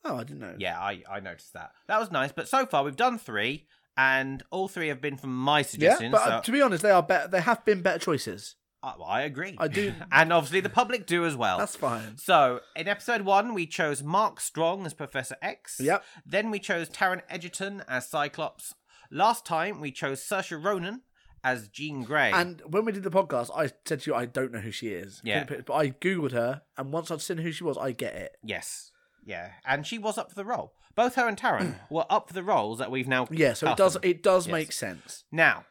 Oh, I didn't know. Yeah, I, I noticed that. That was nice. But so far, we've done three, and all three have been from my Yeah, suggestions. but uh, so to be honest, they are better. They have been better choices. I, well, I agree. I do- and obviously, the public do as well. That's fine. So, in episode one, we chose Mark Strong as Professor X. Yep. Then we chose Taron Egerton as Cyclops. Last time, we chose Saoirse Ronan as Jean Grey. And when we did the podcast, I said to you, I don't know who she is. Yeah. But I googled her, and once I'd seen who she was, I get it. yes. Yeah. And she was up for the role. Both her and Taron were up for the roles that we've now. Yeah. So it cast does. them. It does Yes. make sense. Now,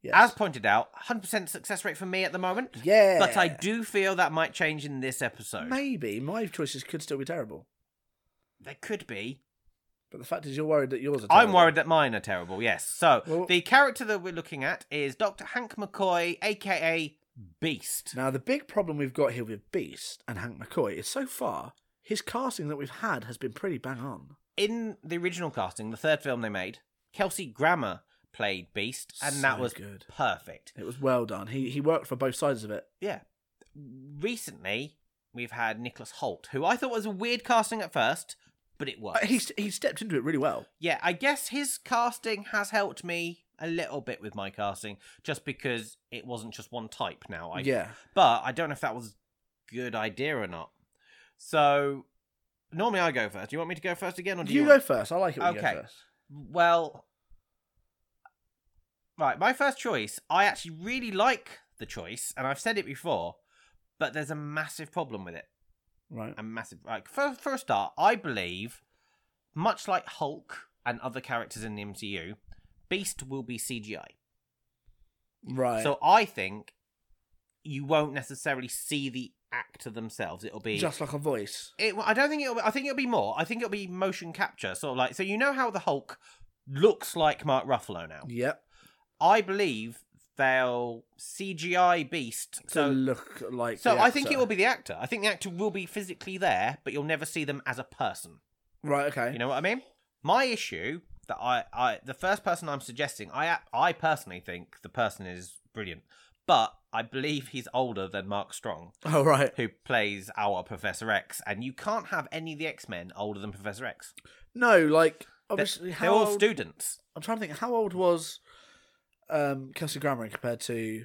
Yes. as pointed out, 100% success rate for me at the moment. yeah. But I do feel that might change in this episode. Maybe my choices could still be terrible, They could be. but the fact is, you're worried that yours are. I'm terrible. worried that mine are terrible, yes. So, Well- the character that we're looking at is Dr. Hank McCoy, aka Beast. Now the big problem we've got here with Beast and Hank McCoy is so far his casting that we've had has been pretty bang on. In the original casting, the third film they made, Kelsey Grammer played Beast, and that So was good. perfect. It was well done. He he worked for both sides of it. Yeah. Recently, we've had Nicholas Holt, who I thought was a weird casting at first, but it Uh, worked. He he stepped into it really well. yeah, I guess his casting has helped me a little bit with my casting, just because it wasn't just one type now. I, yeah. But I don't know if that was a good idea or not. So normally I go first. Do you want me to go first again, or do you? You, go want- first. I like it when you Okay. go first. Well, right. My first choice. I actually really like the choice, and I've said it before, but there's a massive problem with it. Right. a massive like for for a start i believe much like hulk and other characters in the mcu beast will be cgi Right. so i think you won't necessarily see the actor themselves it'll be just like a voice. it, i don't think it'll be, i think it'll be more i think it'll be motion capture sort of like so you know how the hulk looks like mark ruffalo now Yep. i believe they'll cgi beast So, so look like. so the i think actor. it will be the actor i think the actor will be physically there but you'll never see them as a person Right. Okay. You know what I mean? My issue that I, I the first person I'm suggesting, I I personally think the person is brilliant, but I believe he's older than Mark Strong, oh right. who plays our Professor X, and you can't have any of the X Men older than Professor X. No, like They're, obviously they're how all old, students, I'm trying to think. How old was um Kelsey Grammer compared to?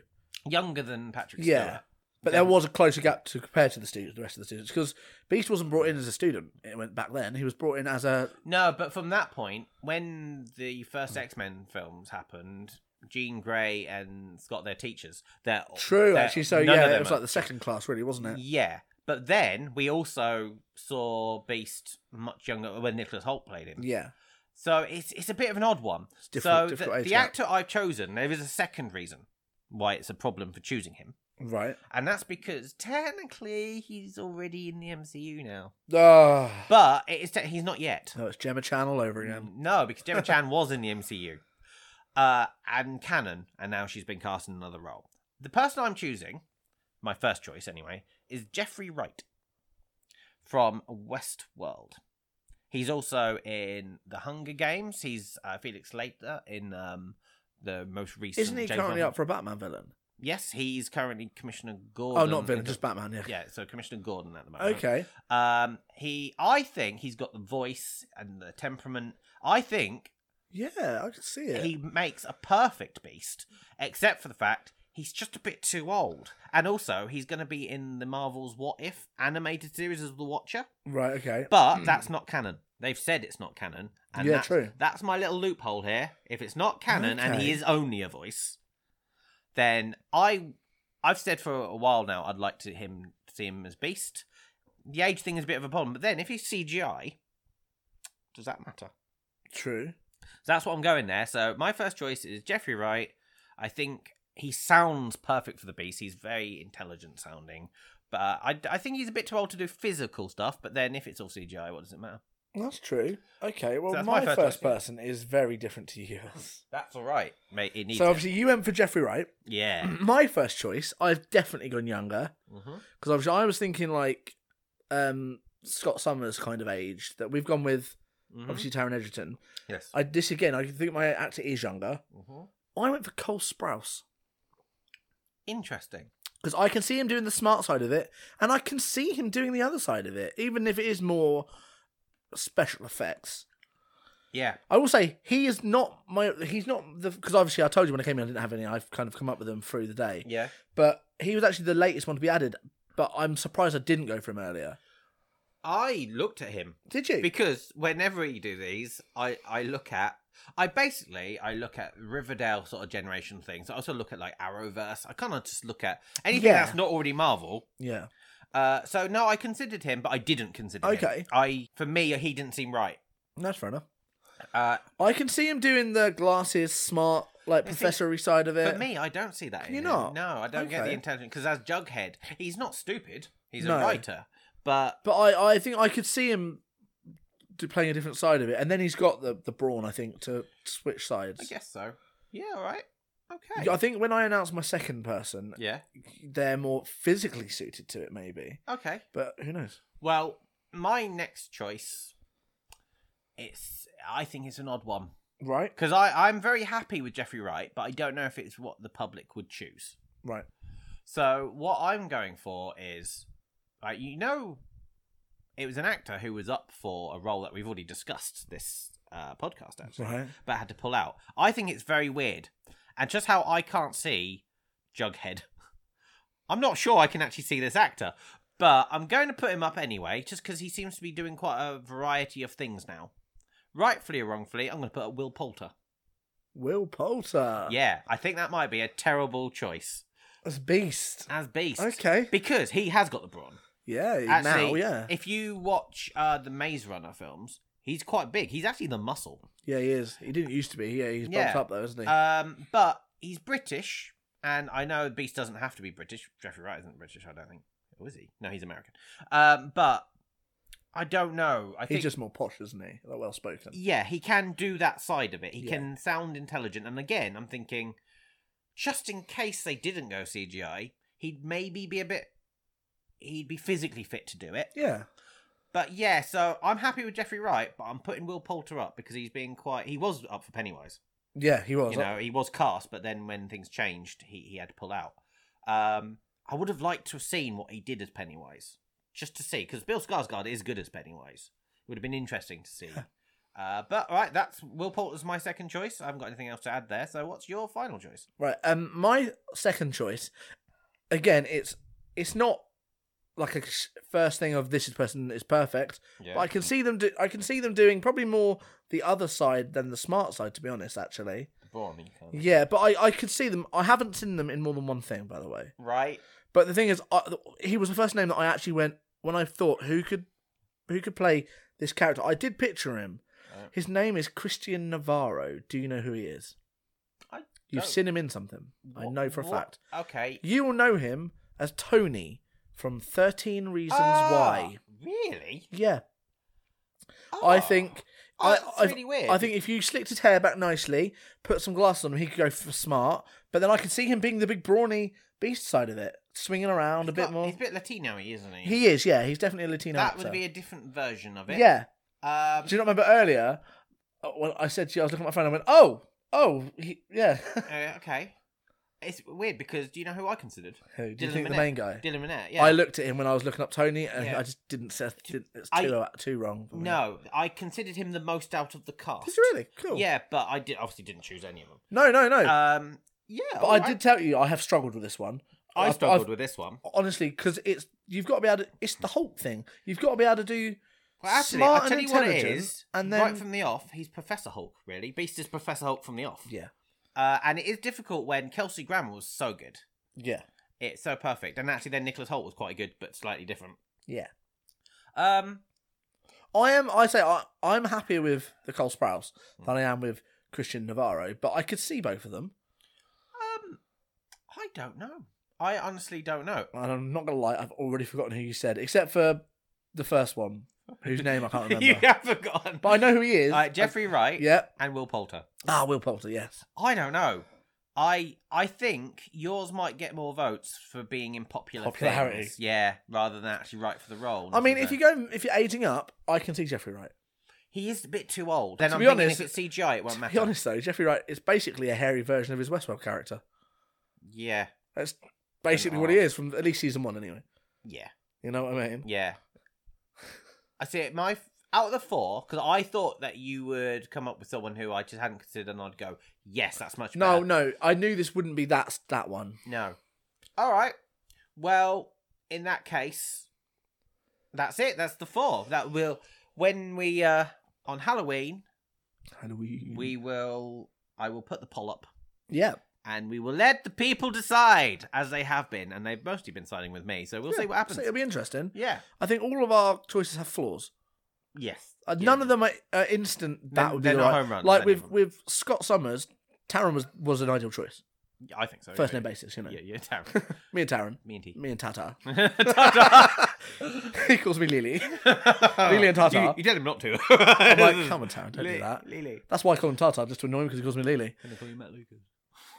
younger than Patrick. Yeah. Stewart. But there was a closer gap to compared to the students, the rest of the students, because Beast wasn't brought in as a student. It went back then. He was brought in as a No, but from that point, when the Hmm. first X Men films happened, Jean Grey and Scott, their teachers, they're true. they're- actually, so Oh, none of yeah, them it was are- like the second class, really, wasn't it? Yeah, but then we also saw Beast much younger when Nicholas Holt played him. Yeah, So it's it's a bit of an odd one. difficult- so the- difficult age the, gap. actor I've chosen, there is a second reason why it's a problem for choosing him, right. and that's because technically he's already in the MCU now, Ah, but Mm, it is te- he's not yet. no, it's Gemma Chan all over again. No, because Gemma Chan was in the MCU uh, and canon, and now she's been cast in another role. The person I'm choosing, my first choice anyway, is Jeffrey Wright from Westworld. He's also in The Hunger Games. He's uh, Felix Leiter in um, the most recent. Isn't he James currently Bond- up for a Batman villain? Yes, he's currently Commissioner Gordon. Oh, not villain, in- just Batman. Yeah. yeah, so Commissioner Gordon at the moment. Okay. Um, he, I think he's got the voice and the temperament. I think Yeah, I can see it. he makes a perfect beast, except for the fact he's just a bit too old. And also, he's going to be in the Marvel's What If animated series as the Watcher, Right. Okay. but that's not canon. They've said it's not canon. And Hmm. Yeah, that's, true. That's my little loophole here. If it's not canon and Okay. he is only a voice, then I, I've said for a while now I'd like to him see him as Beast. The age thing is a bit of a problem, but then if he's CGI, does that matter? True. So that's what I'm going there. So my first choice is Jeffrey Wright. I think he sounds perfect for the Beast. He's very intelligent sounding, but uh, I, I think he's a bit too old to do physical stuff. But then if it's all CGI, what does it matter? That's true. Okay, well, that's my, my first first choice. person is very different to yours. That's all right, mate. It needs. So it. obviously you went for Jeffrey Wright. yeah. My first choice, I've definitely gone younger Mhm. because obviously I was thinking like um, Scott Summers kind of age that we've gone with. Mhm. Obviously Taron Egerton. Yes. I this again. I think my actor is younger. Mhm. I went for Cole Sprouse Interesting. because I can see him doing the smart side of it, and I can see him doing the other side of it, even if it is more special effects. Yeah. I will say he is not my. He's not the because obviously I told you when I came in I didn't have any. I've kind of come up with them through the day, Yeah. but he was actually the latest one to be added. But I'm surprised I didn't go for him earlier. I looked at him Did you? because whenever you do these, I I look at I basically I look at Riverdale sort of generation things. I also look at like Arrowverse. I kind of just look at anything Yeah. that's not already Marvel. yeah. Uh, so no, I considered him, but I didn't consider him. Okay. I for me he didn't seem right. That's fair enough. Uh, I can see him doing the glasses, smart, like You see, professory side of it. for me, I don't see that. Can in you him. Uh, not? No, I don't get the Okay. intelligence because as Jughead, he's not stupid. He's No. a writer, but But I, I think I could see him do- playing a different side of it, and then he's got the the brawn, I think, to switch sides. I guess so. Yeah. All right. Okay. Yeah, I think when I announce my second person, yeah. they're more physically suited to it, maybe. Okay. But who knows? Well, my next choice, it's I think it's an odd one Right, because I I'm very happy with Jeffrey Wright, but I don't know if it's what the public would choose. right. So what I'm going for is, like you know, it was an actor who was up for a role that we've already discussed this uh, podcast actually, Right. but had to pull out. I think it's very weird, and just how I can't see Jughead. I'm not sure I can actually see this actor, but I'm going to put him up anyway, just because he seems to be doing quite a variety of things now. Rightfully or wrongfully, I'm going to put Will Poulter. Will Poulter. Yeah, I think that might be a terrible choice That's Beast. as Beast. Okay. Because he has got the brawn. Yeah, Actually, now, yeah. if you watch uh, the Maze Runner films, he's quite big. He's actually the muscle. Yeah, he is. He didn't used to be. Yeah, he's bumped Yeah. up though, isn't he? Um, but he's British, and I know Beast doesn't have to be British. Jeffrey Wright isn't British, I don't think. Or is he? No, he's American. Um, but I don't know. I he's think just more posh, isn't he? Like well spoken. yeah, he can do that side of it. He Yeah. can sound intelligent. And again, I'm thinking, just in case they didn't go CGI, he'd maybe be a bit. He'd be physically fit to do it. Yeah. But yeah, so I'm happy with Jeffrey Wright, but I'm putting Will Poulter up because he's being quite. He was up for Pennywise. Yeah, he was. You know, he was cast, but then when things changed, he, he had to pull out. Um, I would have liked to have seen what he did as Pennywise, just to see, because Bill Skarsgård is good as Pennywise. It would have been interesting to see. uh, but all right, that's Will Poulter's my second choice. I haven't got anything else to add there. So what's your final choice? Right. Um my second choice again, it's it's not like a sh- first thing of this person is perfect. But I can see them do I can see them doing probably more the other side than the smart side to be honest actually. Brawny. kind of. Yeah, but I I could see them I haven't seen them in more than one thing by the way. Right. But the thing is, I, he was the first name that I actually went when I thought who could who could play this character. I did picture him. Right. His name is Christian Navarro. Do you know who he is? I You've don't- seen him in something. I What- know for a what- fact. Okay. You will know him as Tony from Thirteen Reasons Ah, Why. Really? Yeah, Ah. I think. Oh, I, that's I- really weird. I think if you slicked his hair back nicely, put some glasses on him, he could go for smart. But then I could see him being the big brawny beast side of it, swinging around a He's bit got- more. He's a bit Latino, isn't he? He is, yeah. He's definitely a Latino that actor. would be a different version of it. Yeah. Um, Do you not remember earlier uh, when I said to you, I was looking at my phone, I went, oh, oh, he, yeah. uh, okay. It's weird because do you know who I considered? Who, do you Dylan think the Minnette. main guy? Dylan Minnette. Yeah. I looked at him when I was looking up Tony, and Yeah. I just didn't say didn't, it's I- too uh, too wrong. for me. no, I considered him the most out of the cast. did you really? Cool. Yeah, but I did obviously didn't choose any of them. No, no, no. Um, yeah, but I did tell you, I have struggled with this one. I I've- struggled I've- with this one. honestly because it's you've got to be able to. It's the Hulk thing. You've got to be able to do. Well, actually, smart I tell and you what it intelligent, is. and then- right from the off, he's Professor Hulk. Really, Beast is Professor Hulk from the off. Yeah, Uh, and it is difficult when Kelsey Grammer was so good. yeah. It's so perfect. And actually, then Nicholas Holt was quite good, but slightly different. Yeah. Um. I am. I say I, I'm happier with the Cole Sprouse than I am with Christian Navarro, but I could see both of them. Um. I don't know. I honestly don't know. And I'm not gonna lie, I've already forgotten who you said, except for the first one, whose name I can't you remember. have forgotten. But I know who he is. Uh, Jeffrey Wright Yeah. and Will Poulter. Ah, Will Poulter. Yes. I don't know. I I think yours might get more votes for being in popular Popularity. things. Yeah, rather than actually right for the role. I mean, isn't if you it? go, if you're aging up, I can see Jeffrey Wright. he is a bit too old. Then To I'm be thinking honest- if it's CGI, it won't To matter. be honest, though, Jeffrey Wright is basically a hairy version of his Westworld character. Yeah, That's basically what he is from at least season one, anyway. yeah, You know what I mean? yeah. I see. it. My out of the four, because I thought that you would come up with someone who I just hadn't considered, and I'd go, yes, that's much. No, better. no, I knew this wouldn't be that that one. no. All right. Well, in that case, that's it. That's the four. That will when we uh on Halloween Halloween. we will i will put the poll up yeah, and we will let the people decide as they have been and they've mostly been siding with me so we'll Yeah, see what happens so it'll be interesting. yeah I think all of our choices have flaws. yes Uh, Yeah. None of them are uh, instant. That They're- would be they're the not right- home runs, Like any with of them. with Scott Summers, Taron was was an ideal choice. Yeah, i think so First Oh, yeah. name basis, you know. yeah yeah Taryn. Me and Taron. me and he Me and Tata. Lily he calls me Lily. Lily and Tartar. You, you tell him not to. I'm like, come on, Taron, don't do that. Lily. That's why I call him Tata, just to annoy him because he calls me Lily. Can I call you Matt Lucas?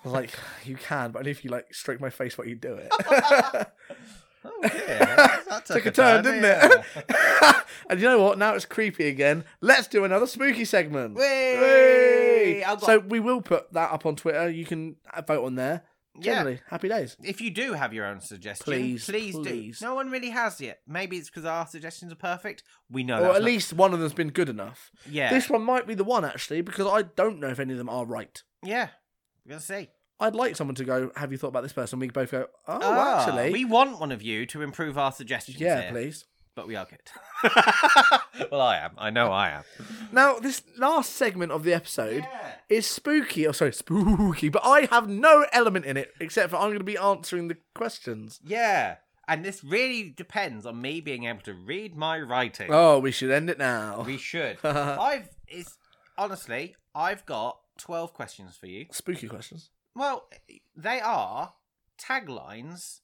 I was like, you can, but only if you like stroke my face while you do it. Oh, yeah. That, that Took a turn, didn't it? yeah. and you know what? Now it's creepy again. Let's do another spooky segment. Whey! I've got- So we will put that up on Twitter. You can uh, vote on there. Yeah. Generally, happy days. if you do have your own suggestion, Please, please, please, please. do. No one really has yet. Maybe it's because our suggestions are perfect. We know. or that's at not- least one of them's been good enough. yeah, This one might be the one actually because I don't know if any of them are right. yeah. We're gonna see. I'd like someone to go. Have you thought about this person? We both go. Oh, Ah, actually, we want one of you to improve our suggestions. yeah, here, please. But we are good. well, I am. I know I am. Now this last segment of the episode. Yeah. Is spooky, oh sorry, spooky, but I have no element in it except for I'm going to be answering the questions. yeah. And this really depends on me being able to read my writing. Oh, we should end it now. We should. I've is honestly, I've got twelve questions for you. spooky questions. Well, they are taglines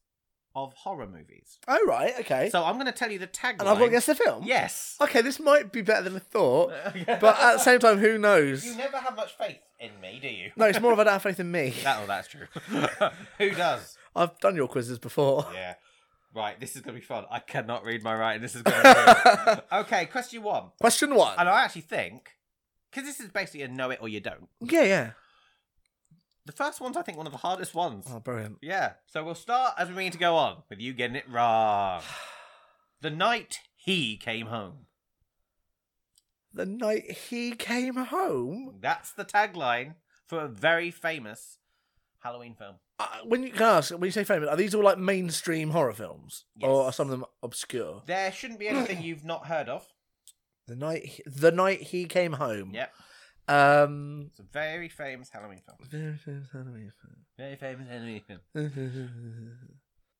of horror movies. Oh right, okay. So I'm going to tell you the tagline. and I've got to guess the film. Yes. Okay, this might be better than I thought, but uh, at the same time, who knows? you never have much faith in me, do you? No, it's more of a doubt faith in me. That, oh, that's true. Who does? I've done your quizzes before. Yeah. Right, this is going to be fun. I cannot read my writing. This is going to be. okay, question one. Question one. And I actually think, because this is basically a know it or you don't. Yeah, yeah. The first one's, I think, one of the hardest ones. Oh, brilliant. Yeah. So we'll start as we mean to go on with you getting it wrong. The night he came home. The night he came home. That's the tagline for a very famous Halloween film. Uh, when you can I ask, when you say famous, are these all like mainstream horror films, or Yes. are some of them obscure? There shouldn't be anything you've not heard of. The night, he- the night he came home. Yep. Um. It's a very famous Halloween film. Very famous Halloween film.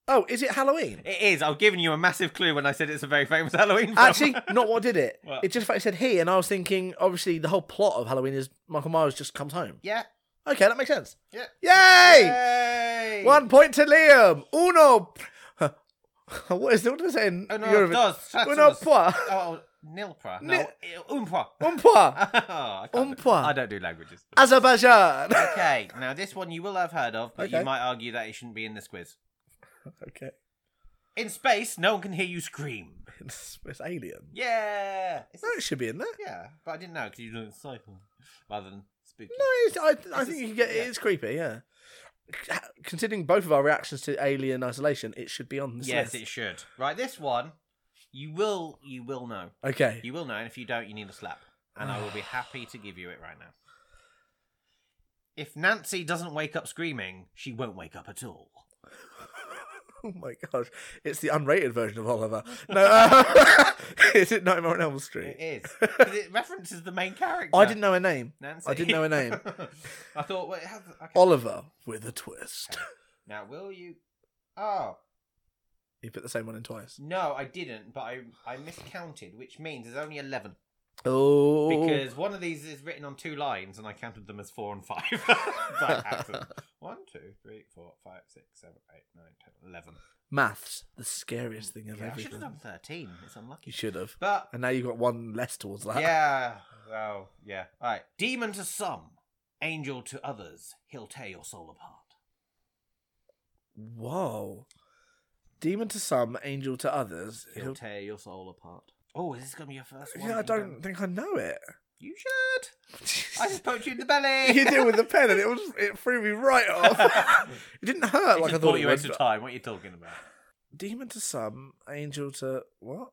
Oh, is it Halloween? It is. I've given you a massive clue when I said it's a very famous Halloween film. Actually, not what did it. What? It just like said he, and I was thinking, obviously, the whole plot of Halloween is Michael Myers just comes home. yeah. Okay, that makes sense. Yeah. Yay! Yay! One point to Liam. Uno. what is what do they say in Oh no, Europe? it does. That's Uno us. point. Oh, nil pra. No, Nil- un pra. Un point. I can't Un do- point. I don't do languages. Azerbaijan. Okay, now this one you will have heard of, but Okay. you might argue that it shouldn't be in this quiz. okay. In space, no one can hear you scream. It's, it's alien. Yeah. It's No, it should be in there. Yeah, but I didn't know because you were doing cycle rather than spooky. No, it's, I, I It's think a- you can get yeah. it's creepy, yeah. Considering both of our reactions to Alien Isolation, it should be on this yes, list. it should. Right, this one you will you will know. okay. You will know, and if you don't, you need a slap. And I will be happy to give you it right now. If Nancy doesn't wake up screaming, she won't wake up at all. Oh my gosh, it's the unrated version of Oliver. No, uh, is it Nightmare on Elm It Street? is. 'Cause it references the main character. I didn't know her name. Nancy. I didn't know her name. I thought. Wait, how, okay. Oliver with a twist. Now, will you? Oh You put the same one in twice. no, I didn't, but I I miscounted, which means there's only eleven Oh, because one of these is written on two lines, and I counted them as four and five by accident. One, two, three, four, five, six, seven, eight, nine, ten, eleven. maths the scariest thing of Yeah, I should everything. have done thirteen. It's unlucky. You should have, But and now you've got one less towards that. yeah. Oh, yeah. All right. Demon to some, angel to others. He'll tear your soul apart. Whoa. Demon to some, angel to others. He'll, He'll- tear your soul apart. Oh, is this gonna be your first one? Yeah, I You don't think I know it. You should. I just poked you in the belly. you did with the pen, and it was it threw me right off. it didn't hurt like I thought it you would. extra but- time. What are you talking about? Demon to some, angel to what?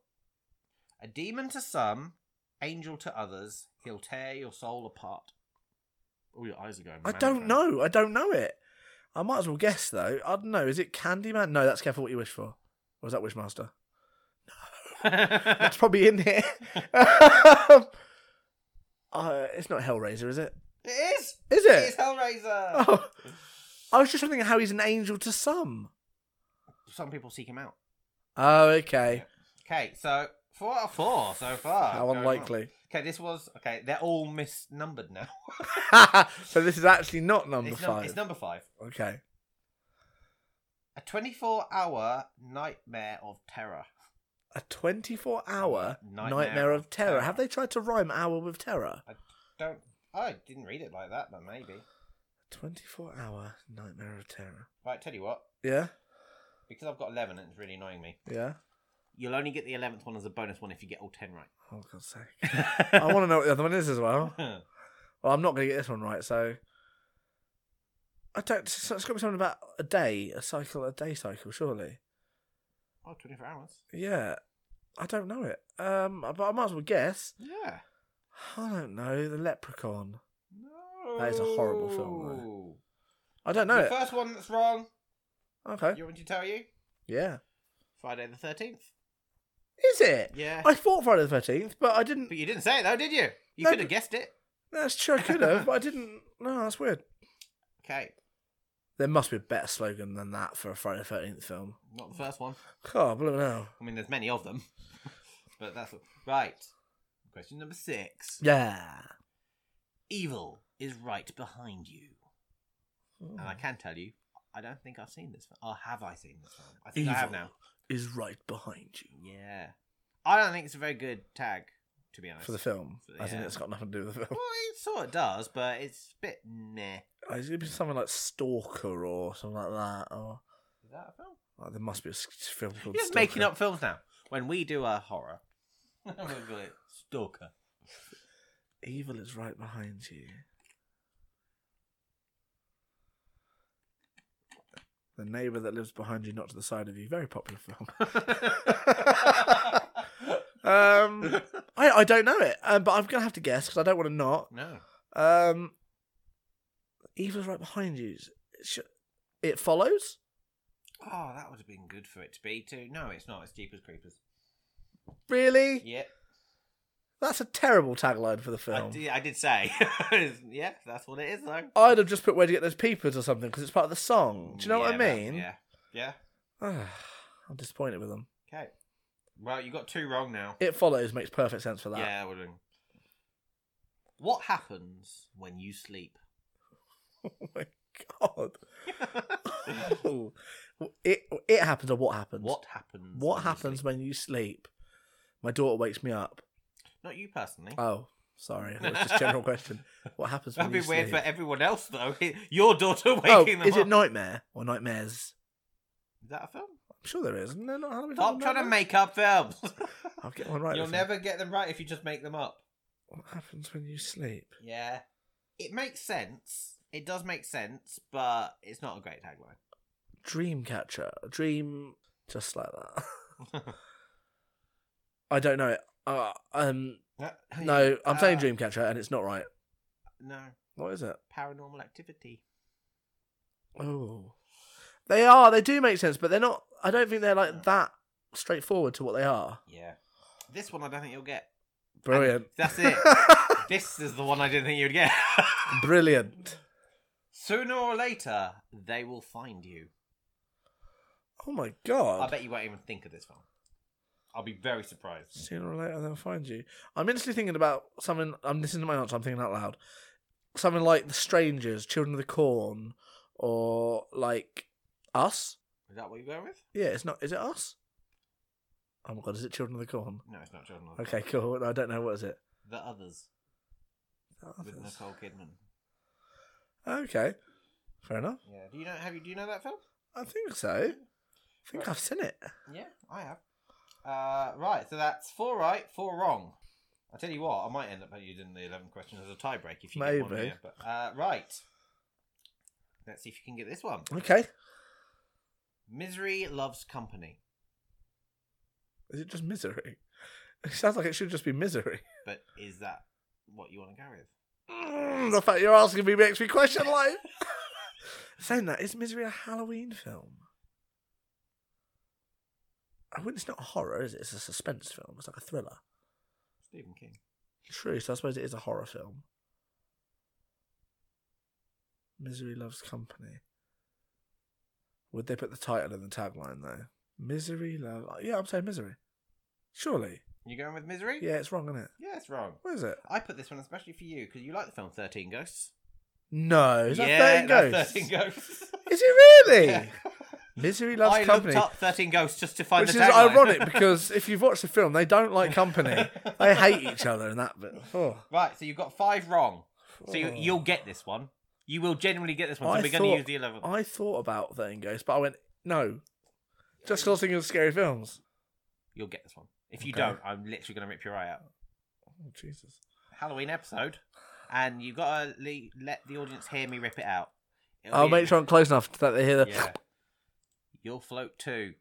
A demon to some, angel to others. He'll tear your soul apart. Oh, your eyes are going. I mad, don't man. know. I don't know it. I might as well guess though. I don't know. Is it Candyman? No, that's careful what you wish for. Or is that Wishmaster? That's probably in here. uh, it's not Hellraiser, is it? it is. Is It is it? Hellraiser. Oh, I was just wondering how he's an angel to some. Some people seek him out. Oh, okay. Okay, so four out of four so far. How Going unlikely. on. Okay, this was okay. They're all misnumbered now. so this is actually not number it's, num- five. it's number five. Okay. A 24 hour nightmare of terror. A 24 hour Nightmare nightmare, of of terror. Terror. Have they tried to rhyme hour with terror? Don't. I didn't read it like that, but maybe. 24 hour nightmare of terror. Right, tell you what. Yeah? Because I've got 11 and it's really annoying me. Yeah? You'll only get the 11th one as a bonus one if you get all 10 Oh, God's sake. right. I want to know what the other one is as well. Well, I'm not going to get this one right, so. I don't. So it's got to be something about a day, a cycle, a day cycle, surely. oh, 24 hours. Yeah. I don't know it. Um, But I might as well guess. Yeah. I don't know. The Leprechaun. No. That is a horrible film, though. I don't know the it. first one that's wrong, Okay. you want me to tell you? Yeah. Friday the 13th. Is it? Yeah. I thought Friday the 13th, but I didn't. But you didn't say it though, did you? You No, could have but- guessed it. That's true. I could have, but I didn't. No, that's weird. Okay, There must be a better slogan than that for a Friday the Thirteenth film. not the first one. Oh, blooming hell! I mean, there's many of them, but that's right. Question number six: Yeah. Evil is right behind you, and Oh. I can tell you, I don't think I've seen this. Film. Or have I seen this film? I think I have Evil. now. Is right behind you Yeah, I don't think it's a very good tag, to be honest. for the film. I think Yeah. it's got nothing to do with the film. Well, it sort of does, but it's a bit meh. It's gonna be something like Stalker or something like that, or Is that a film? like, there must be a s- film called. You're just Stalker. making up films now. When we do a horror, we'll call it Stalker. Evil is right behind you. The neighbor that lives behind you, not to the side of you. Very popular film. Um, I, I don't know it, um, but I'm gonna have to guess because I don't want to not. no. Um, Eva's right behind you. Sh- It follows. Oh, that would have been good for it to be too. No, it's not. It's Jeepers Creepers. Really? Yep. That's a terrible tagline for the I film. did, I did say. yeah, that's what it is, though. I'd have just put where to get those peepers or something because it's part of the song. Do you know Yeah, what I that- mean? yeah. Yeah. I'm disappointed with them. Okay. Well, you got two wrong now. It follows makes perfect sense for that. Yeah, we're doing. What happens when you sleep? Oh my god. Oh. It it happens or what happens? what happens? What when you happens sleep? when you sleep? My daughter wakes me up. Not you personally. Oh, sorry. It was just a general question. What happens That'd be when you weird sleep? for everyone else, though. Your daughter waking Oh, them is up. it nightmare or nightmares? Is that a film? I'm sure there is. No, not Halloween. Stop trying to make up films. I'll get one right. You'll this never get them right if you just make them up. One. What happens when you sleep? Yeah. It makes sense. It does make sense, but it's not a great tagline. Dream catcher. A dream just like that. I don't know it. Uh, um, no, I'm saying Uh, dream catcher, and it's not right. No. What is it? Paranormal activity. Oh, they are. They do make sense, but they're not. I don't think they're like that straightforward to what they are. Yeah. This one I don't think you'll get. Brilliant. That's it. this is the one I didn't think you'd get. Brilliant. Sooner or later, they will find you. Oh my I god. bet you won't even think of this one. I'll be very surprised. Sooner or later they'll find you. I'm instantly thinking about something I'm listening to my answer, I'm thinking out loud. Something like The Strangers, Children of the Corn, or like Us. Is that what you're going with? Yeah, it's not is it us? Oh my god, is it Children of the Corn? No, it's not Children of the Okay, cool. I don't know what is it. The Others with Nicole Kidman. Okay. Fair enough. Yeah. Do you know? Have you? Do you know that film? I think so. I think I've seen it. Yeah, I have. Uh, right. So that's four right, four wrong. I tell you what, I might end up putting you in the eleven questions as a tiebreak if you get one Maybe. here. But, uh, right. Let's see if you can get this one. Okay. Misery loves company, Is it just misery? It sounds like it should just be misery. but is that what you want to go with? Mm, the fact you're asking me makes me question life. Saying that, is Misery a Halloween film? I wouldn't. It's not a horror, is it? It's a suspense film. It's like a thriller. Stephen King. True. So I suppose it is a horror film. Misery loves company. Would they put the title in the tagline though? Misery love. oh, Yeah, I'm saying misery. Surely. You going with Misery? Yeah, it's wrong, isn't it? Yeah, it's wrong. What is it? I put this one especially for you because you like the film Thirteen Ghosts. No, is that yeah, Thirteen that's Ghosts? 13 Ghosts. Is it really? Yeah. Misery loves I company. looked up Thirteen Ghosts just to find Which is the tagline. ironic because if you've watched the film, they don't like company. they hate each other and that. But oh, Right, so you've got five wrong. So you, Oh. you'll get this one. You will genuinely get this one. So I we're going to thought- use the 11th. I thought about Thirteen Ghosts, but I went no, just because I was thinking of scary films. You'll get this one. If you Okay. don't, I'm literally going to rip your eye out. Oh Jesus! Halloween episode. And you've got to le- let the audience hear me rip it out. It'll I'll be- make sure I'm close enough that they hear the. Yeah. You'll float too.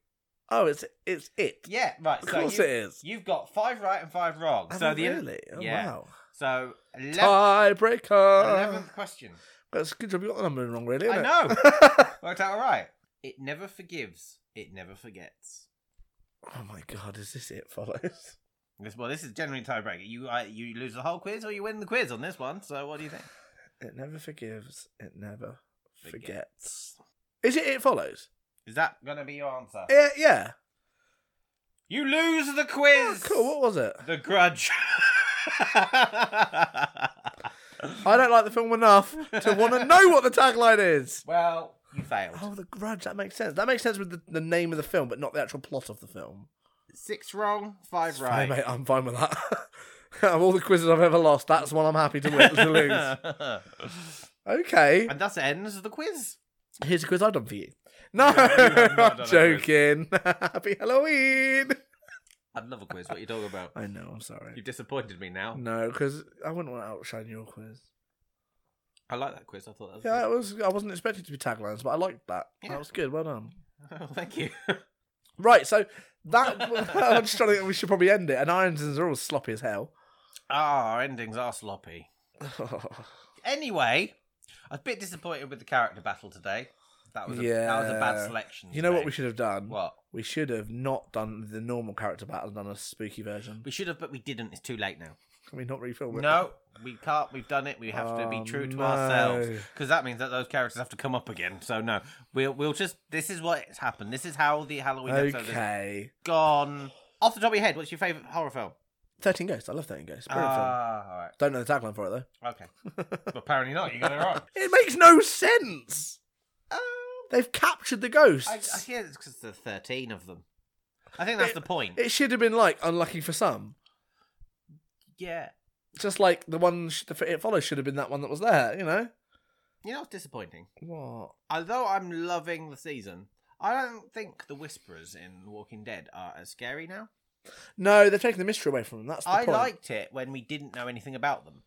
Oh, it's it's it. Yeah, right. Of so course you, it is. You've got five right and five wrong. Have so I the really? Oh, yeah. Wow. So 11th, Tiebreaker. 11th question. That's a good job you got the number wrong, really. I Isn't know. It? Worked out all right. It never forgives. It never forgets. oh my god! Is this it? Follows. This, well, this is generally tiebreaker. You uh, you lose the whole quiz or you win the quiz on this one. So what do you think? It never forgives. It never forgets. Forgets. Is it? It follows. Is that gonna be your answer? Yeah. Yeah. You lose the Oh, quiz. cool. What was it? The Grudge. I don't like the film enough to want to know what the tagline is. well, you failed. Oh, The Grudge. That makes sense. That makes sense with the, the name of the film, but not the actual plot of the film. Six wrong, five Hey, right. mate, I'm fine with that. Out of all the quizzes I've ever lost, that's one I'm happy to, win, to lose. Okay. and thus ends the quiz. Here's a quiz I've done for you. No, You have not done a I'm quiz. joking. Happy Halloween. I'd love a quiz. What are you talking about? I know, I'm sorry. You've disappointed me now. No, because I wouldn't want to outshine your quiz. I like that quiz. I thought that was Yeah, it was. I wasn't expecting to be taglines, but I liked that. Yeah. That was good. Well done. good. Oh, thank you. Right, so that I'm just trying to think we should probably end it. And Ironsons are all sloppy as hell. Ah, our endings are sloppy. Anyway, I was a bit disappointed with the character battle today. That was a, that was a Yeah. bad selection. you know what today. we should have done? What We should have not done the normal character battle and done a spooky version. we should have, but we didn't. It's too late now. Can we not refilm it? No, we can't. We've done it. We have to Oh, be true to no. ourselves because that means that those characters have to come up again. So no, we'll we'll just. This is what's happened. This is how the Halloween episode has Okay. gone. Off the top of your head, what's your favorite horror film? 13 Ghosts. I love 13 Ghosts. Brilliant film. Ah, Don't know the tagline for it, though. all right, okay. but apparently not. You got it right. It makes no sense. Um, They've captured the I, ghosts. I hear it's because there's thirteen of them. I think that's It- the point. It should have been like unlucky for some. yeah. Just like the one sh- the it follows should have been that one that was there, you know? You know, it's disappointing. What? Although I'm loving the season, I don't think the Whisperers in The Walking Dead are as scary now. No, they're taking the mystery away from them. That's the I point. liked it when we didn't know anything about them.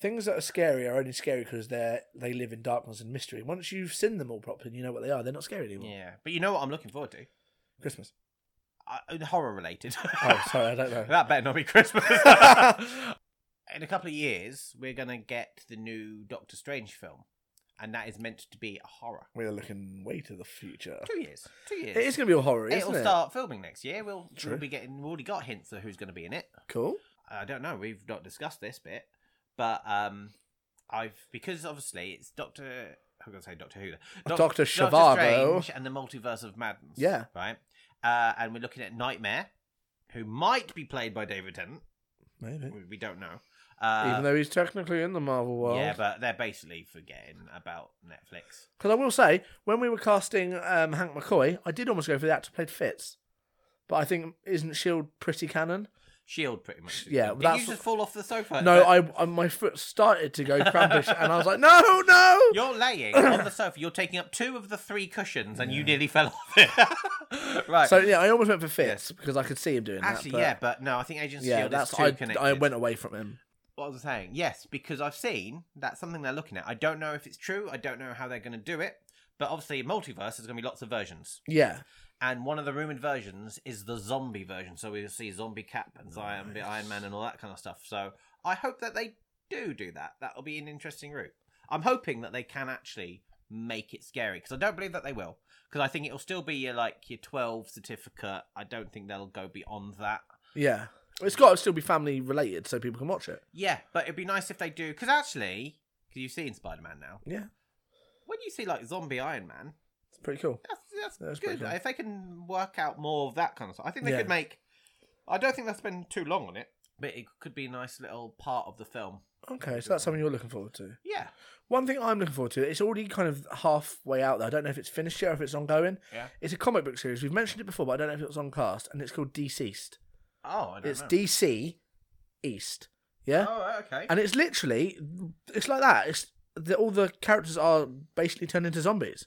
Things that are scary are only scary because they they live in darkness and mystery. Once you've seen them all properly and you know what they are, they're not scary anymore. Yeah, but you know what I'm looking forward to? Christmas. I, horror related. Oh, sorry, I don't know. that better not be Christmas. in a couple of years, we're gonna get the new Doctor Strange film, and that is meant to be a horror. We're looking way to the future. Two years. Two years. It is going to be all horror, isn't It'll it? start filming next year. We'll, True. we'll be getting. We've already got hints of who's going to be in it. Cool. I don't know. We've not discussed this bit, but um, I've because obviously it's Doctor I'm going to say Doctor Who. there. Doctor Shivago. Strange and the Multiverse of Madness. Yeah. Right? Uh, and we're looking at Nightmare, who might be played by David Tennant. Maybe. We- We don't know. Uh, Even though he's technically in the Marvel world. yeah, but they're basically forgetting about Netflix. Because I will say, when we were casting um, Hank McCoy, I did almost go for the actor who played Fitz. But I think, isn't S.H.I.E.L.D. pretty canon? Shield, E pretty much. Yeah, Did that's- you just fall off the sofa? No, But I, I my foot started to go crampish, and I was like, no, no! You're laying on the sofa. You're taking up two of the three cushions, and you nearly fell off it. right. So yeah, I almost went for Fitz because I could see him doing Actually, that. but- yeah, but no, I think Agents of yeah, Shield that's is too I, connected. I went away from him. What was I saying? Yes, because I've seen that's something they're looking at. I don't know if it's true. I don't know how they're going to do it. But obviously, multiverse there's going to be lots of versions, Yeah, and one of the rumored versions is the zombie version. So we'll see zombie Cap and Zion, Iron Man, and all that kind of stuff. So I hope that they do do that. That'll be an interesting route. I'm hoping that they can actually make it scary because I don't believe that they will. Because I think it'll still be your like your 12 certificate. I don't think they'll go beyond that. yeah. It's got to still be family related so people can watch it. Yeah, but it'd be nice if they do. Because actually, because you've seen Spider Man now. Yeah, When you see like zombie Iron Man, it's pretty cool. that's, that's, That's pretty good. cool. If they can work out more of that kind of stuff, I think they Yeah. could make. I don't think they'll spend too long on it, but it could be a nice little part of the film. Okay, so that's something you're looking forward to. Yeah. One thing I'm looking forward to, it's already kind of halfway out there. I don't know if it's finished yet or if it's ongoing. Yeah. It's a comic book series. We've mentioned it before, but I don't know if it was on cast, and it's called Deceased. Oh, I don't It's know. DC East. Yeah? Oh, okay. And it's literally, it's like that. It's the, all the characters are basically turned into zombies.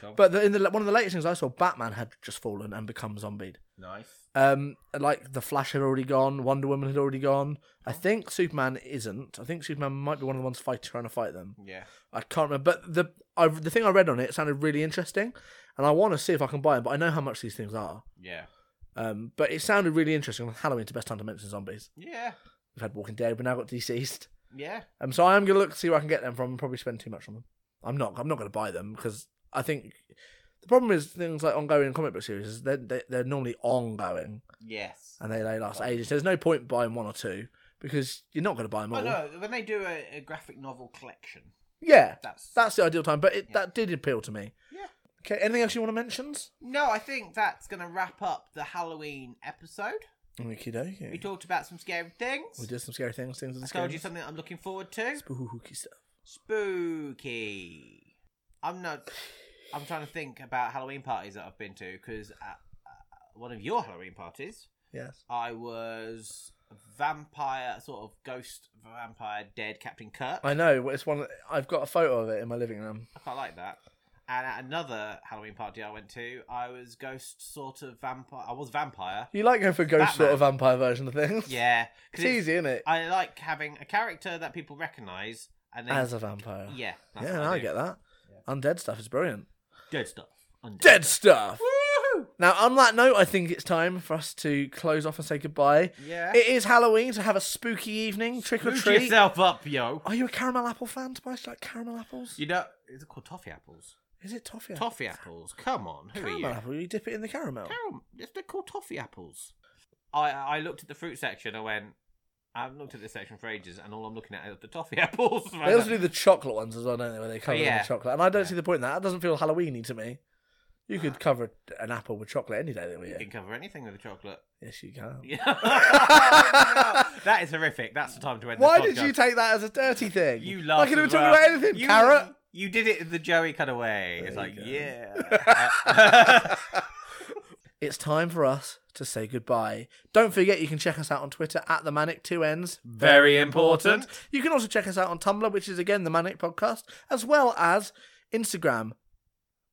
Cool. But the, in the one of the latest things I saw, Batman had just fallen and become zombied. nice. Um, like the Flash had already gone, Wonder Woman had already gone. I think Superman isn't. I think Superman might be one of the ones fight trying to fight them. Yeah. I can't remember. But the I, the thing I read on it sounded really interesting, and I want to see if I can buy them. But I know how much these things are. Yeah. Um, but it sounded really interesting. Halloween's the best time to mention zombies. Yeah. We've had Walking Dead, we've now got Deceased. Yeah. Um, so I am gonna look to see where I can get them from. and Probably spend too much on them. I'm not. I'm not gonna buy them because I think the problem is things like ongoing comic book series. is They're they, they're normally ongoing Yes. and they, they last ages. There's no point buying one or two because you're not gonna buy them all. Oh no! When they do a, a graphic novel collection, Yeah, that's that's the ideal time. But it, Yeah. that did appeal to me. Yeah. Okay. Anything else you want to mention? no. I think that's going to wrap up the Halloween episode. Okie We dokie. talked about some scary things. We did some scary things. Things that I told scared you us. something that I'm looking forward to. Spooky stuff. Spooky. I'm not. I'm trying to think about Halloween parties that I've been to because at uh, one of your Halloween parties, Yes. I was a vampire, sort of ghost vampire, dead Captain Kirk. I, I know. It's one. I've got a photo of it in my living room. quite like that. And at another Halloween party I went to, I was ghost sort of vampire. I was vampire. You like going for a ghost sort Batman. of vampire version of things? Yeah, It's because easy, isn't it? I like having a character that people recognise, and then As a vampire. yeah, that's yeah, what no, I do. get that. Undead stuff is brilliant. Dead stuff. Undead. Dead stuff. Woohoo! Now, on that note, I think it's time for us to close off and say goodbye. Yeah. It is Halloween, so have a spooky evening, trick or Spruce treat. yourself up, yo. Are you a caramel apple fan, Spice? Like caramel apples? You know, it's called toffee apples. Is it toffee? apple? Toffee apples. Come on, who Caramel are you? apple. You dip it in the caramel. Caram- yes, they're called toffee apples. I I looked at the fruit section. I went. I've looked at this section for ages, and all I'm looking at is the toffee apples. They also do the chocolate ones as well, don't they? Where they cover them Yeah. in chocolate, and I don't see the point in that. That doesn't feel Halloweeny to me. You could cover an apple with chocolate any day of the You week. can cover anything with a chocolate. Yes, you can. Yeah. that is horrific. That's the time to end. Why this did you podcast. take that as a dirty thing? you Like, laugh. I could have as been talking well. about anything. You- Carrot. You did it in the Joey kind of way. it's There like, you go. yeah. It's time for us to say goodbye. Don't forget you can check us out on Twitter at the Manic Two Ends. Very important. You can also check us out on Tumblr, which is again the Manic Podcast, as well as Instagram,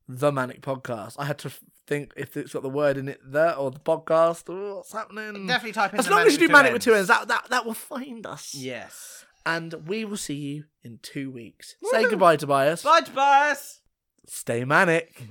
the Manic Podcast. I had to f- think if it's got the word in it there or the podcast. Oh, what's happening? Definitely type in. As the long Manic as you do with Manic with Two Ends. Ends, that, that that will find us. Yes. And we will see you in two weeks. Say Woohoo. goodbye, Tobias. Fudge bus. Stay manic.